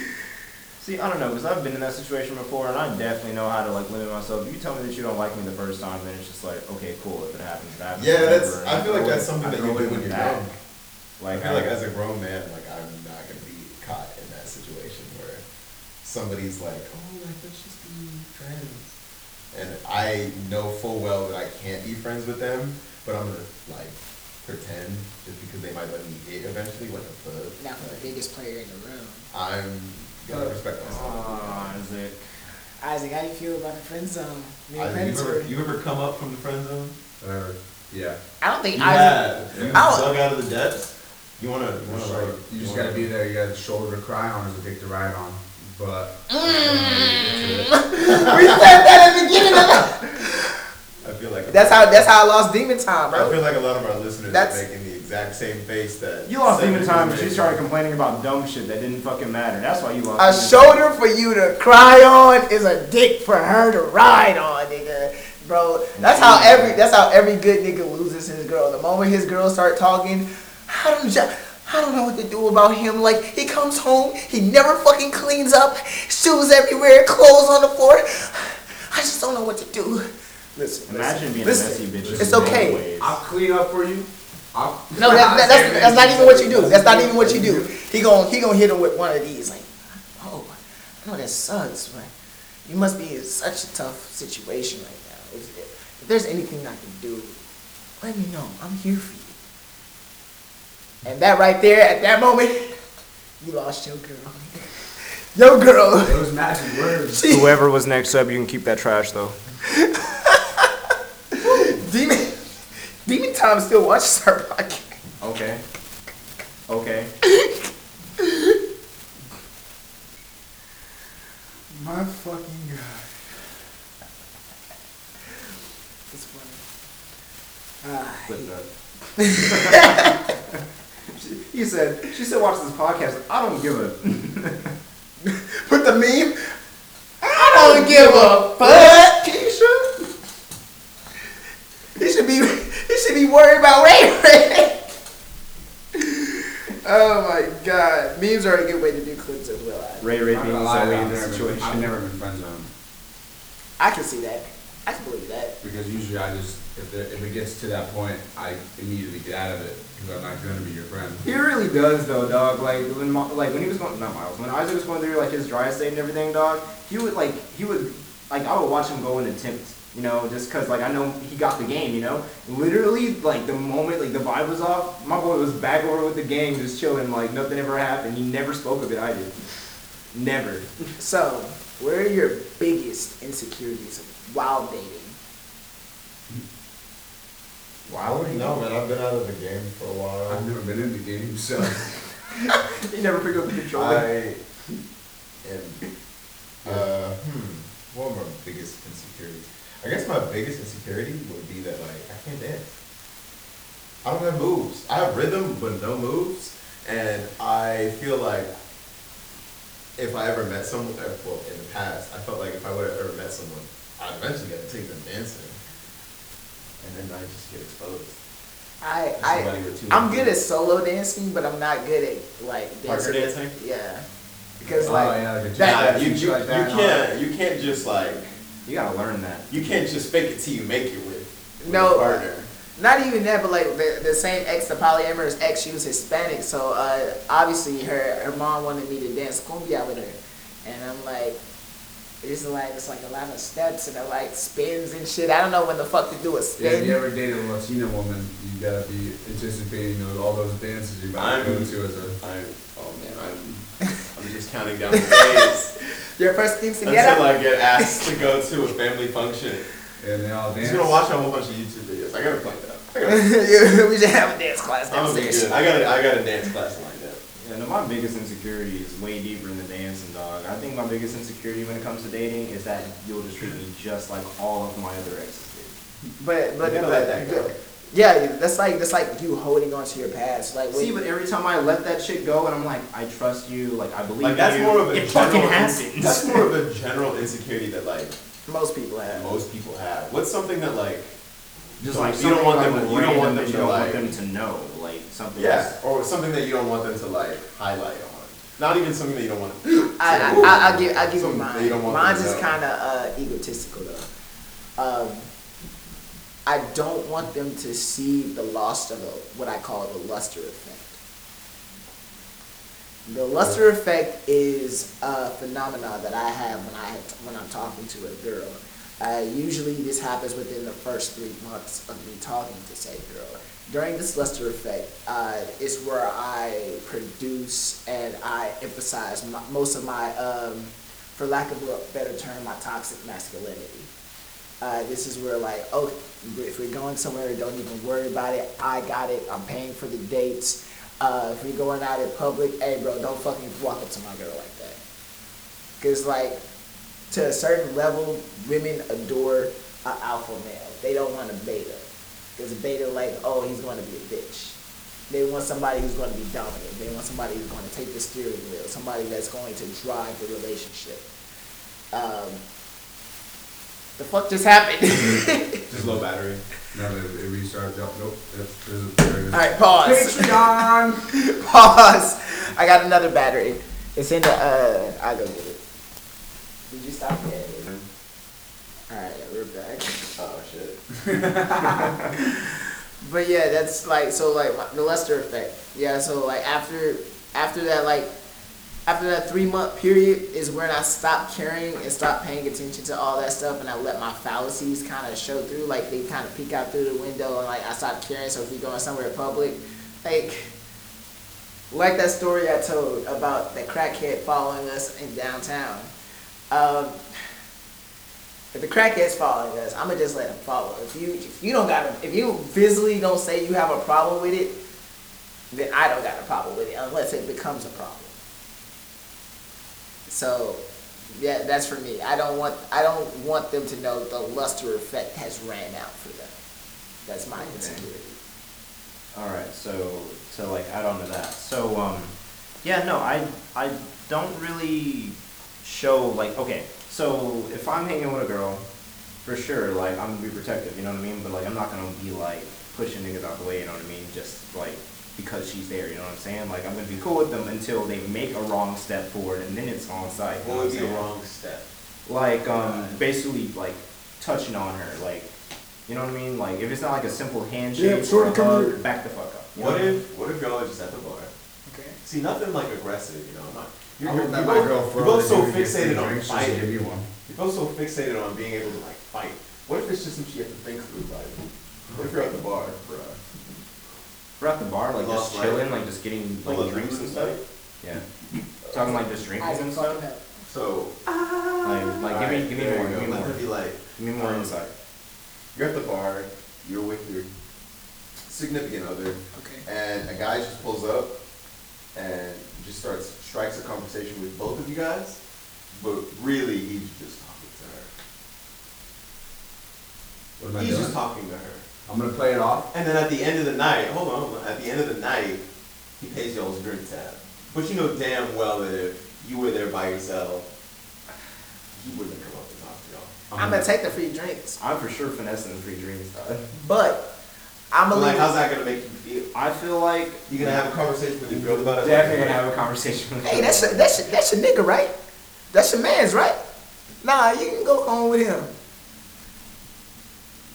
B: See, I don't know, because I've been in that situation before, and I definitely know how to like limit myself. If you tell me that you don't like me the first time, then it's just like, okay, cool. If it happens, it happens.
C: Yeah, that's-
B: whatever,
C: I
B: and
C: feel like
B: throw
C: that's
B: it-
C: something
B: I
C: that you
B: throw
C: do
B: it
C: when
B: in the
C: you're
B: back.
C: young.
B: Like,
C: I feel like as a grown man, like I'm not gonna be caught in that situation where somebody's like, "Oh, like let's just be friends," and I know full well that I can't be friends with them, but I'm gonna like pretend just because they might let me hit eventually. What the fuck?
A: Now, for the biggest player in the room,
C: I'm gonna respect myself.
B: Ah, Isaac.
A: Isaac, how do you feel about the friend zone? Me and
C: I, you,
A: friends
C: ever,
A: were-
C: you ever come up from the friend zone? Whatever. Yeah.
A: I don't think
C: You
A: Isaac.
C: have. You
A: I don't-
C: dug out of the depths. You wanna, you wanna, like,
D: You just
C: wanna-
D: gotta be there. You gotta shoulder to cry on. There's a dick to ride on. But
A: Mm. we said that at the beginning of
C: I feel like
A: That's how, that's how I lost demon time,
C: I
A: bro.
C: feel like a lot of our listeners
A: That's-
C: are making the exact same face that
B: You lost
C: Cedric
B: demon time
C: was
B: because you
C: making.
B: started complaining about dumb shit that didn't fucking matter. That's why you
A: A
B: lost. demon time.
A: shoulder for you to cry on is a dick for her to ride on, nigga. Bro, that's how every that's how every good nigga loses his girl. The moment his girl start talking, I don't ju- I don't know what to do about him. Like he comes home, he never fucking cleans up, shoes everywhere, clothes on the floor. I just don't know what to do. Listen,
B: Imagine being a
A: listen,
B: messy bitch.
A: It's
B: in
A: okay.
B: ways.
D: I'll clean up for you. I'll.
A: No, that, that, that's, that's not even what you do. That's not even what you do. He gon' he gonna hit him with one of these. Like, oh, I know that sucks, but you must be in such a tough situation right now. If, if there's anything I can do, let me know. I'm here for you. And that right there, at that moment, you lost your girl. Your girl.
D: Those magic words.
A: She-
B: Whoever was next up, you can keep that trash though.
A: Demon, Demon Time still watches her podcast.
B: Okay. Okay.
D: My fucking god.
A: It's funny. Ah, I hate-
B: He said, she said, watch this podcast. I don't give a.
A: Put the meme. I don't give a fuck, Keisha. He should be. He should be worried about Ray Oh my god, memes are a good way to do clips as well.
B: Ray
D: I'm
B: Ray
D: not
B: being
D: gonna lie,
B: Zoe in
D: I've
B: this
D: never been-
B: situation.
D: I've never been friend zoned
A: I, I can see that. I can believe that.
D: because usually I just if there, if it gets to that point, I immediately get out of it because I'm not gonna be your friend.
B: He really does though, dog. Like when Mi- like when he was going, not Miles, when Isaac was going through like his dry state and everything, dog. He would like he would like I would watch him go and attempt, you know, just cause like I know he got the game, you know. Literally, like the moment like the vibe was off, my boy was back over with the gang, just chilling, like nothing ever happened. He never spoke of it. I did, never.
A: So, where are your biggest insecurities while dating?
E: I don't know, man. I've been out of the game for a while.
D: I've never been in the game, so
B: he never picked up the controller.
E: I am. Uh, hmm. What are my biggest insecurities? I guess my biggest insecurity would be that like I can't dance. I don't have moves. I have rhythm, but no moves. And I feel like if I ever met someone, uh, well, in the past, I felt like if I would have ever met someone, I'd eventually get to take them dancing, and then I just get exposed.
A: I
E: If
A: I
E: somebody were too
A: I'm
E: into
A: good
E: it.
A: at solo dancing, but I'm not good at like
B: Partner
A: dancing.
B: dancing?
A: Yeah, because
D: Oh,
A: like
D: yeah, like a
A: that,
D: jazz.
E: you,
D: Things
E: you,
D: like
E: you
D: that.
E: can't you can't just like
B: You gotta learn that.
E: you can't just fake it till you make it with, with
A: No.
E: your partner.
A: not even that, but like the, the same ex, the polyamorous ex, she was Hispanic, so uh, obviously her her mom wanted me to dance cumbia with her, and I'm like. It's like it's like a lot of steps and a like spins and shit. I don't know when the fuck to do a
D: yeah,
A: spin.
D: if you ever dated a Latina woman, you gotta be anticipating those, all those dances you're about to
E: I'm-
D: go to as a.
E: I oh man I'm I'm just counting down the days
A: Your first thing to get
E: until
A: up.
E: I get asked to go to a family function.
D: And they all
E: I'm
D: dance.
E: just gonna watch a whole bunch of YouTube videos. I gotta plan that. out. I gotta,
A: we should have a dance class
E: I'm gonna be
A: downstairs.
E: good. I gotta I gotta dance class like that.
B: Yeah, no, my biggest insecurity is way deeper in the dancing, dog. I think my biggest insecurity when it comes to dating is that you'll just treat me just like all of my other exes did.
A: But but,
E: You gotta let that
A: but
E: go.
A: yeah, that's like that's like you holding on to your past. Like when,
B: See, but every time I let that shit go, and I'm like, I trust you, like I believe
E: Like that's
B: you.
E: more of a
B: it fucking
E: general,
B: happens.
E: That's more of a general insecurity that like
A: most people
E: that
A: have.
E: most people have. What's something that like
B: just
E: So
B: like
E: you don't want
B: something
E: them-
B: like
E: you don't
B: random
E: want them
B: that
E: to,
B: you don't
E: like-
B: want them to know, like something.
E: Yeah,
B: that's-
E: or something that you don't want them to like highlight on. Not even something that you don't want. To,
A: I, I, I, I'll give, I'll give you
E: Something that you
A: mine.
E: don't want
A: Mine's
E: them to
A: is
E: know.
A: kind of uh, egotistical, though. Um, I don't want them to see the loss of the, what I call the luster effect. The luster effect is a phenomena that I have when I when I'm talking to a girl. Uh, usually, this happens within the first three months of me talking to said girl. During this luster effect, uh, is where I produce and I emphasize my, most of my, um, for lack of a better term, my toxic masculinity uh, this is where like, oh, if we're going somewhere, don't even worry about it. I got it. I'm paying for the dates. Uh, if we're going out in public, hey, bro, don't fucking walk up to my girl like that. Cause like, to a certain level, women adore an alpha male. They don't want a beta. Cause a beta like, oh, he's going to be a bitch. They want somebody who's going to be dominant. They want somebody who's going to take the steering wheel. Somebody that's going to drive the relationship. Um, the fuck just happened?
E: just low battery.
D: No, it, it restarts. Yep, nope. Yep, there's a, there it is.
A: All right, pause.
D: Patreon.
A: Pause. I got another battery. It's in the. Uh, I go get it. Did you stop yet? All right, we're back.
E: Oh shit.
A: But yeah, that's like so like my- the luster effect. Yeah, so like after after that like after that three month period is when I stopped caring and stopped paying attention to all that stuff, and I let my fallacies kind of show through. Like they kind of peek out through the window, and like I stopped caring. So if you're going somewhere public, like like that story I told about the crackhead following us in downtown. Um, if the crackhead's following us, I'ma just let him follow. If you if you don't got a- if you visibly don't say you have a problem with it, then I don't got a problem with it unless it becomes a problem. So yeah, that's for me. I don't want I don't want them to know the luster effect has ran out for them. That's my insecurity.
B: All right, so to like add on to that, so um, yeah, no, I I don't really show like okay, so if I'm hanging with a girl, for sure, like I'm gonna be protective, you know what I mean? But like I'm not gonna be like pushing niggas out the way, you know what I mean? Just like because she's there, you know what I'm saying? Like I'm gonna be cool with them until they make a wrong step forward, and then it's on site. you know
E: What
B: what
E: would
B: I'm
E: be the
B: saying?
E: wrong step?
B: like um basically like touching on her like you know what i mean like if it's not like a simple handshake
D: Yeah,
B: or
D: sorta
B: a
D: come
B: hug
D: here.
B: back the fuck up you
E: What
B: know?
E: if what if y'all are just at the bar?
A: Okay.
E: See nothing like aggressive, you know. I'm not
D: You
C: I
D: can
C: would-
D: let
C: you
D: my
C: both-
D: girl
C: you
D: throw
C: both
D: it
C: so
D: if you get
C: fixated
D: three
C: on
D: drinks, she'll
C: fighting.
D: Give you one.
C: You're both so fixated on being able to like fight. What if it's just some shit you have to think through? Like, what if you're at the bar, bruh?
B: We're at the bar, like just
C: Lost
B: chilling,
C: light.
B: like just getting
C: Full
B: like
C: of
B: drinks
C: booze
B: and stuff. Yeah, talking like just
A: I
B: drinks
A: can
B: and
A: fucking
B: stuff.
A: help.
C: So,
B: Like, like give me,
C: alright,
B: give me
C: there
B: more,
C: you
B: give
C: go.
B: me
C: Let
B: more,
C: her be like,
B: give me more
C: um,
B: insight.
C: You're at the bar. You're with your significant other,
A: Okay.
C: and a guy just pulls up and just starts strikes a conversation with both of you guys, but really he's just talking to
D: What am
C: her.
D: I
C: He's
D: doing?
C: just talking to her.
D: I'm gonna play it off.
C: And then at the end of the night, hold on, at the end of the night, he pays y'all's drink tab. But you know damn well that if you were there by yourself, he wouldn't come up and talk to y'all.
A: I'm gonna take the free drinks,
B: I'm for sure finessing the free drinks. though.
A: but I'm
C: But
A: gonna
C: like,
A: leave.
C: how's that gonna make you feel?
B: I feel like
C: You gonna have a conversation with your girl about it?
B: definitely gonna have a conversation. with
A: Hey,
B: her.
A: that's your, that's your, that's your nigga, right? That's your man's, right? Nah, you can go home with him.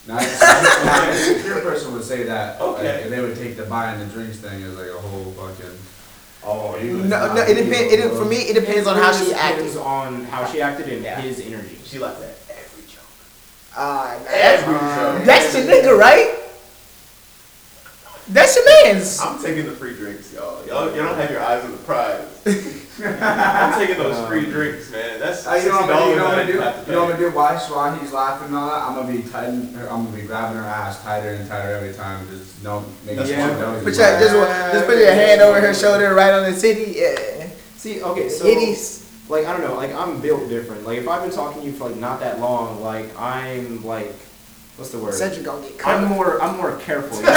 D: Now, now, a secure person would say that. like,
C: Okay.
D: and they would take the buying the drinks thing as like a whole fucking. Oh, you.
A: No, no, it depends. It, for me, it depends on how she
B: It Depends
A: acted.
B: on how she acted and
A: Yeah.
B: his energy.
C: She like that every joke.
A: Ah, that's,
C: Every joke.
A: that's your nigga, right? That's your man's.
C: I'm taking the free drinks, y'all. Y'all, y'all don't have your eyes on the prize. I'm taking those free drinks, man. That's
D: Uh, Um, you know
C: sixty
D: what I'm gonna
C: dollars.
D: do? You know what I'm gonna do? You know what I'm gonna do? Why? So While he's laughing and all that, I'm gonna be tightening. her- I'm gonna be grabbing her ass tighter and tighter every time. Just no, making sure
B: Yeah.
D: she knows.
A: But
D: it's
A: yeah,
D: like-
A: just, wa- just put your hand over her shoulder, right on the titty. Yeah.
B: See, okay, so
A: Titties.
B: like I don't know, like I'm built different. Like if I've been talking to you for like not that long, like I'm like, what's the word?
A: Cedric gonna get
B: I'm
A: caught.
B: more I'm more careful. Shut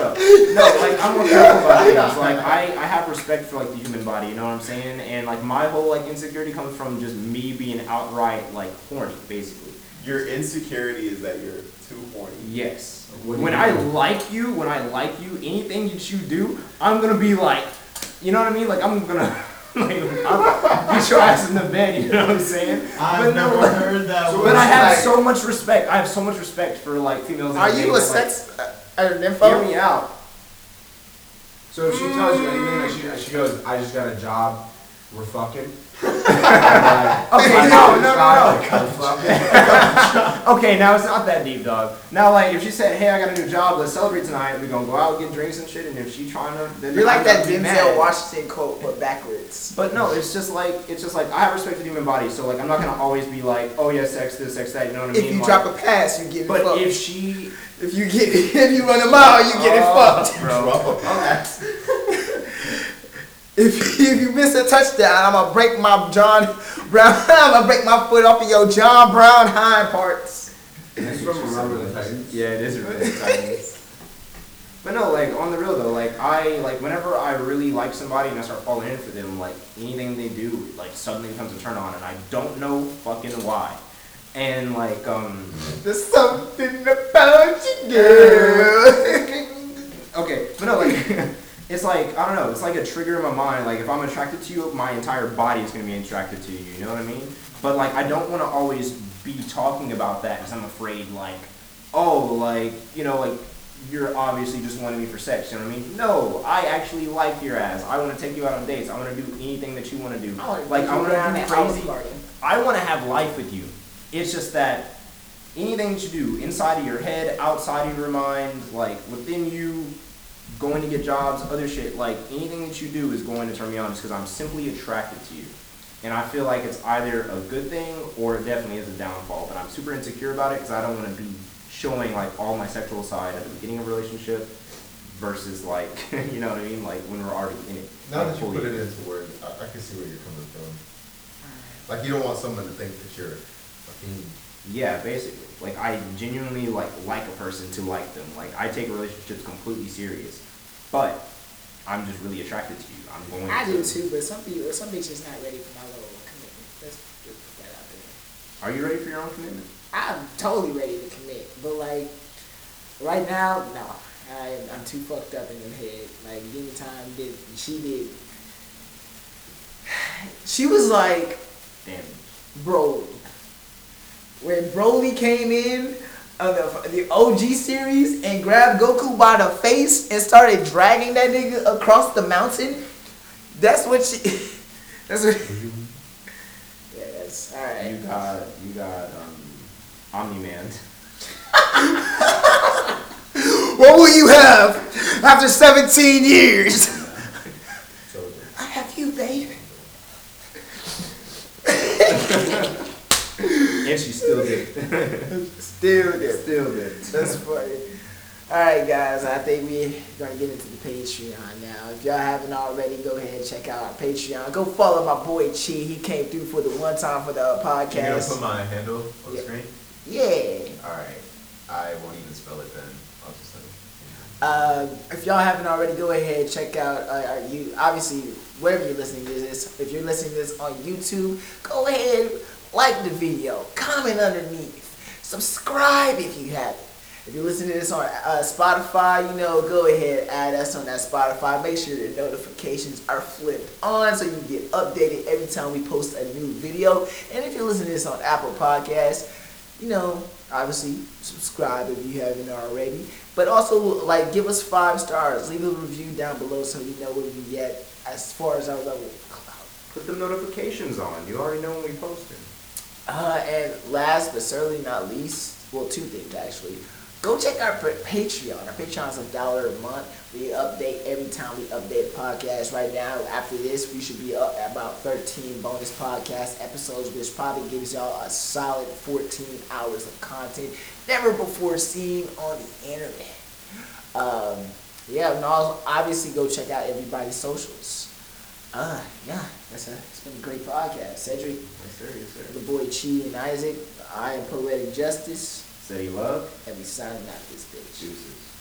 B: up. No, like I'm more careful about things. Like I, I have respect for like the human body, you know what I'm saying? And like my whole like insecurity comes from just me being outright like horny, basically.
C: Your insecurity is that you're too horny.
B: Yes.
D: What do
B: When
D: you
B: I
D: do?
B: like you, when I like you, anything that you do, I'm gonna be like, you know what I mean? Like I'm gonna like I'll beat your ass in the bed. You know what I'm saying? but no, like-
C: heard that.
D: So
B: But I have
D: Like-
B: so much respect. I have so much respect for like females. in
A: Are
B: the
A: you
B: game,
A: a
B: like,
A: sex uh, an
B: Hear
A: info?
B: me out.
D: So if she tells you anything, like she, she goes, "I just got a job. We're fucking."
B: Okay, no, no, no,
D: no. fucking.
B: no. Okay, now it's not that deep, dog. Now, like, if she said, "Hey, I got a new job. Let's celebrate tonight. We're gonna go out, get drinks and shit." And if she trying to, then
A: You're
B: I'm
A: like that
B: gonna be
A: Denzel
B: mad.
A: Washington quote, but backwards.
B: But no, it's just like it's just like I have respect for the human body, so like I'm not gonna always be like, oh yeah, sex this, sex that. You know what I mean?
A: If you
B: Like,
A: drop a pass, you get it
B: but if
A: fucked.
B: she
A: If you get if you run a mile, you get it
B: Oh,
A: fucked.
B: bro.
A: If, if you miss a touchdown, I'm gonna break my John Brown. I'm gonna break my foot off of your John Brown hind parts.
D: That's from Remember the Titans.
B: Yeah, it is really exciting. But no, like on the real though, like I like whenever I really like somebody and I start falling in for them, like anything they do, like suddenly becomes a turn on, and I don't know fucking why. And like um,
A: There's something about you, girl.
B: okay, but no, like it's like I don't know, it's like a trigger in my mind. Like if I'm attracted to you, my entire body is gonna be attracted to you. You know what I mean? But like I don't want to always be talking about that because I'm afraid like, oh, like you know, like you're obviously just wanting me for sex. You know what I mean? No, I actually like your ass. I want to take you out on dates. I want to do anything that you want to do.
A: Oh,
B: like I want to do crazy. I want to have life with you. It's just that anything that you do inside of your head, outside of your mind, like within you, going to get jobs, other shit, like anything that you do is going to turn me on just because I'm simply attracted to you. And I feel like it's either a good thing or it definitely is a downfall. But I'm super insecure about it because I don't want to be showing like all my sexual side at the beginning of a relationship versus like, you know what I mean? Like when we're already in it.
E: Now
B: Like,
E: that you
B: fully
E: put
B: in
E: it into words, I, I can see where you're coming from. Like you don't want someone to think that you're fucking.
B: Yeah, basically. Like I genuinely like like a person to like them. Like I take relationships completely serious, but I'm just really attracted to you. I'm going.
A: I
B: to,
A: do too, but some people, some bitches not ready for my little commitment. Let's just put that out there.
B: Are you ready for your own commitment?
A: I'm totally ready to commit, but like right now, no. I, I'm too fucked up in the head. Like anytime did she did, she was like
B: Damn.
A: Broly. When Broly came in on the, the OG series and grabbed Goku by the face and started dragging that nigga across the mountain, that's what she. That's what. Yeah, that's all right.
B: Mm-hmm. You got you got um, Omni Man.
A: What will you have after 17 years?
E: Soldier.
A: I have you, babe.
B: and she still did.
A: Still there. Still there. That's funny. All right, guys. I think we're gonna get into the Patreon now. If y'all haven't already, go ahead and check out our Patreon. Go follow my boy Chi. He came through for the one time for the uh,
E: You gonna
A: podcast.
E: put my handle on the
A: Yeah.
E: screen?
A: Yeah.
E: Alright. I won't even spell it then. I'll just let it.
A: Uh, if y'all haven't already, go ahead and check out uh, our you obviously wherever you're listening to this. If you're listening to this on YouTube, go ahead like the video, comment underneath, subscribe if you haven't. If you're listening to this on uh, Spotify, you know, go ahead add us on that Spotify. Make sure the notifications are flipped on so you get updated every time we post a new video. And if you're listening to this on Apple Podcasts, you know, obviously subscribe if you haven't already. But also, like, give us five stars. Leave a review down below so we know where we at as far as our level of clout.
B: Put them notifications on. You already know when we posted.
A: Uh, and last but certainly not least, well, two things actually. Go check our pa- Patreon. Our Patreon's a dollar a month. We update every time we update a podcast. Right now, after this, we should be up at about 13 bonus podcast episodes, which probably gives y'all a solid 14 hours of content never before seen on the internet. Um, yeah, and also, obviously go check out everybody's socials. Uh, yeah, that's a, it's been a great podcast. Cedric,
B: Yes, sir. Yes,
A: the
B: sir.
A: boy Chi and Isaac. I am Poetic Justice,
B: City love.
A: and we signing out this bitch.
B: Juices.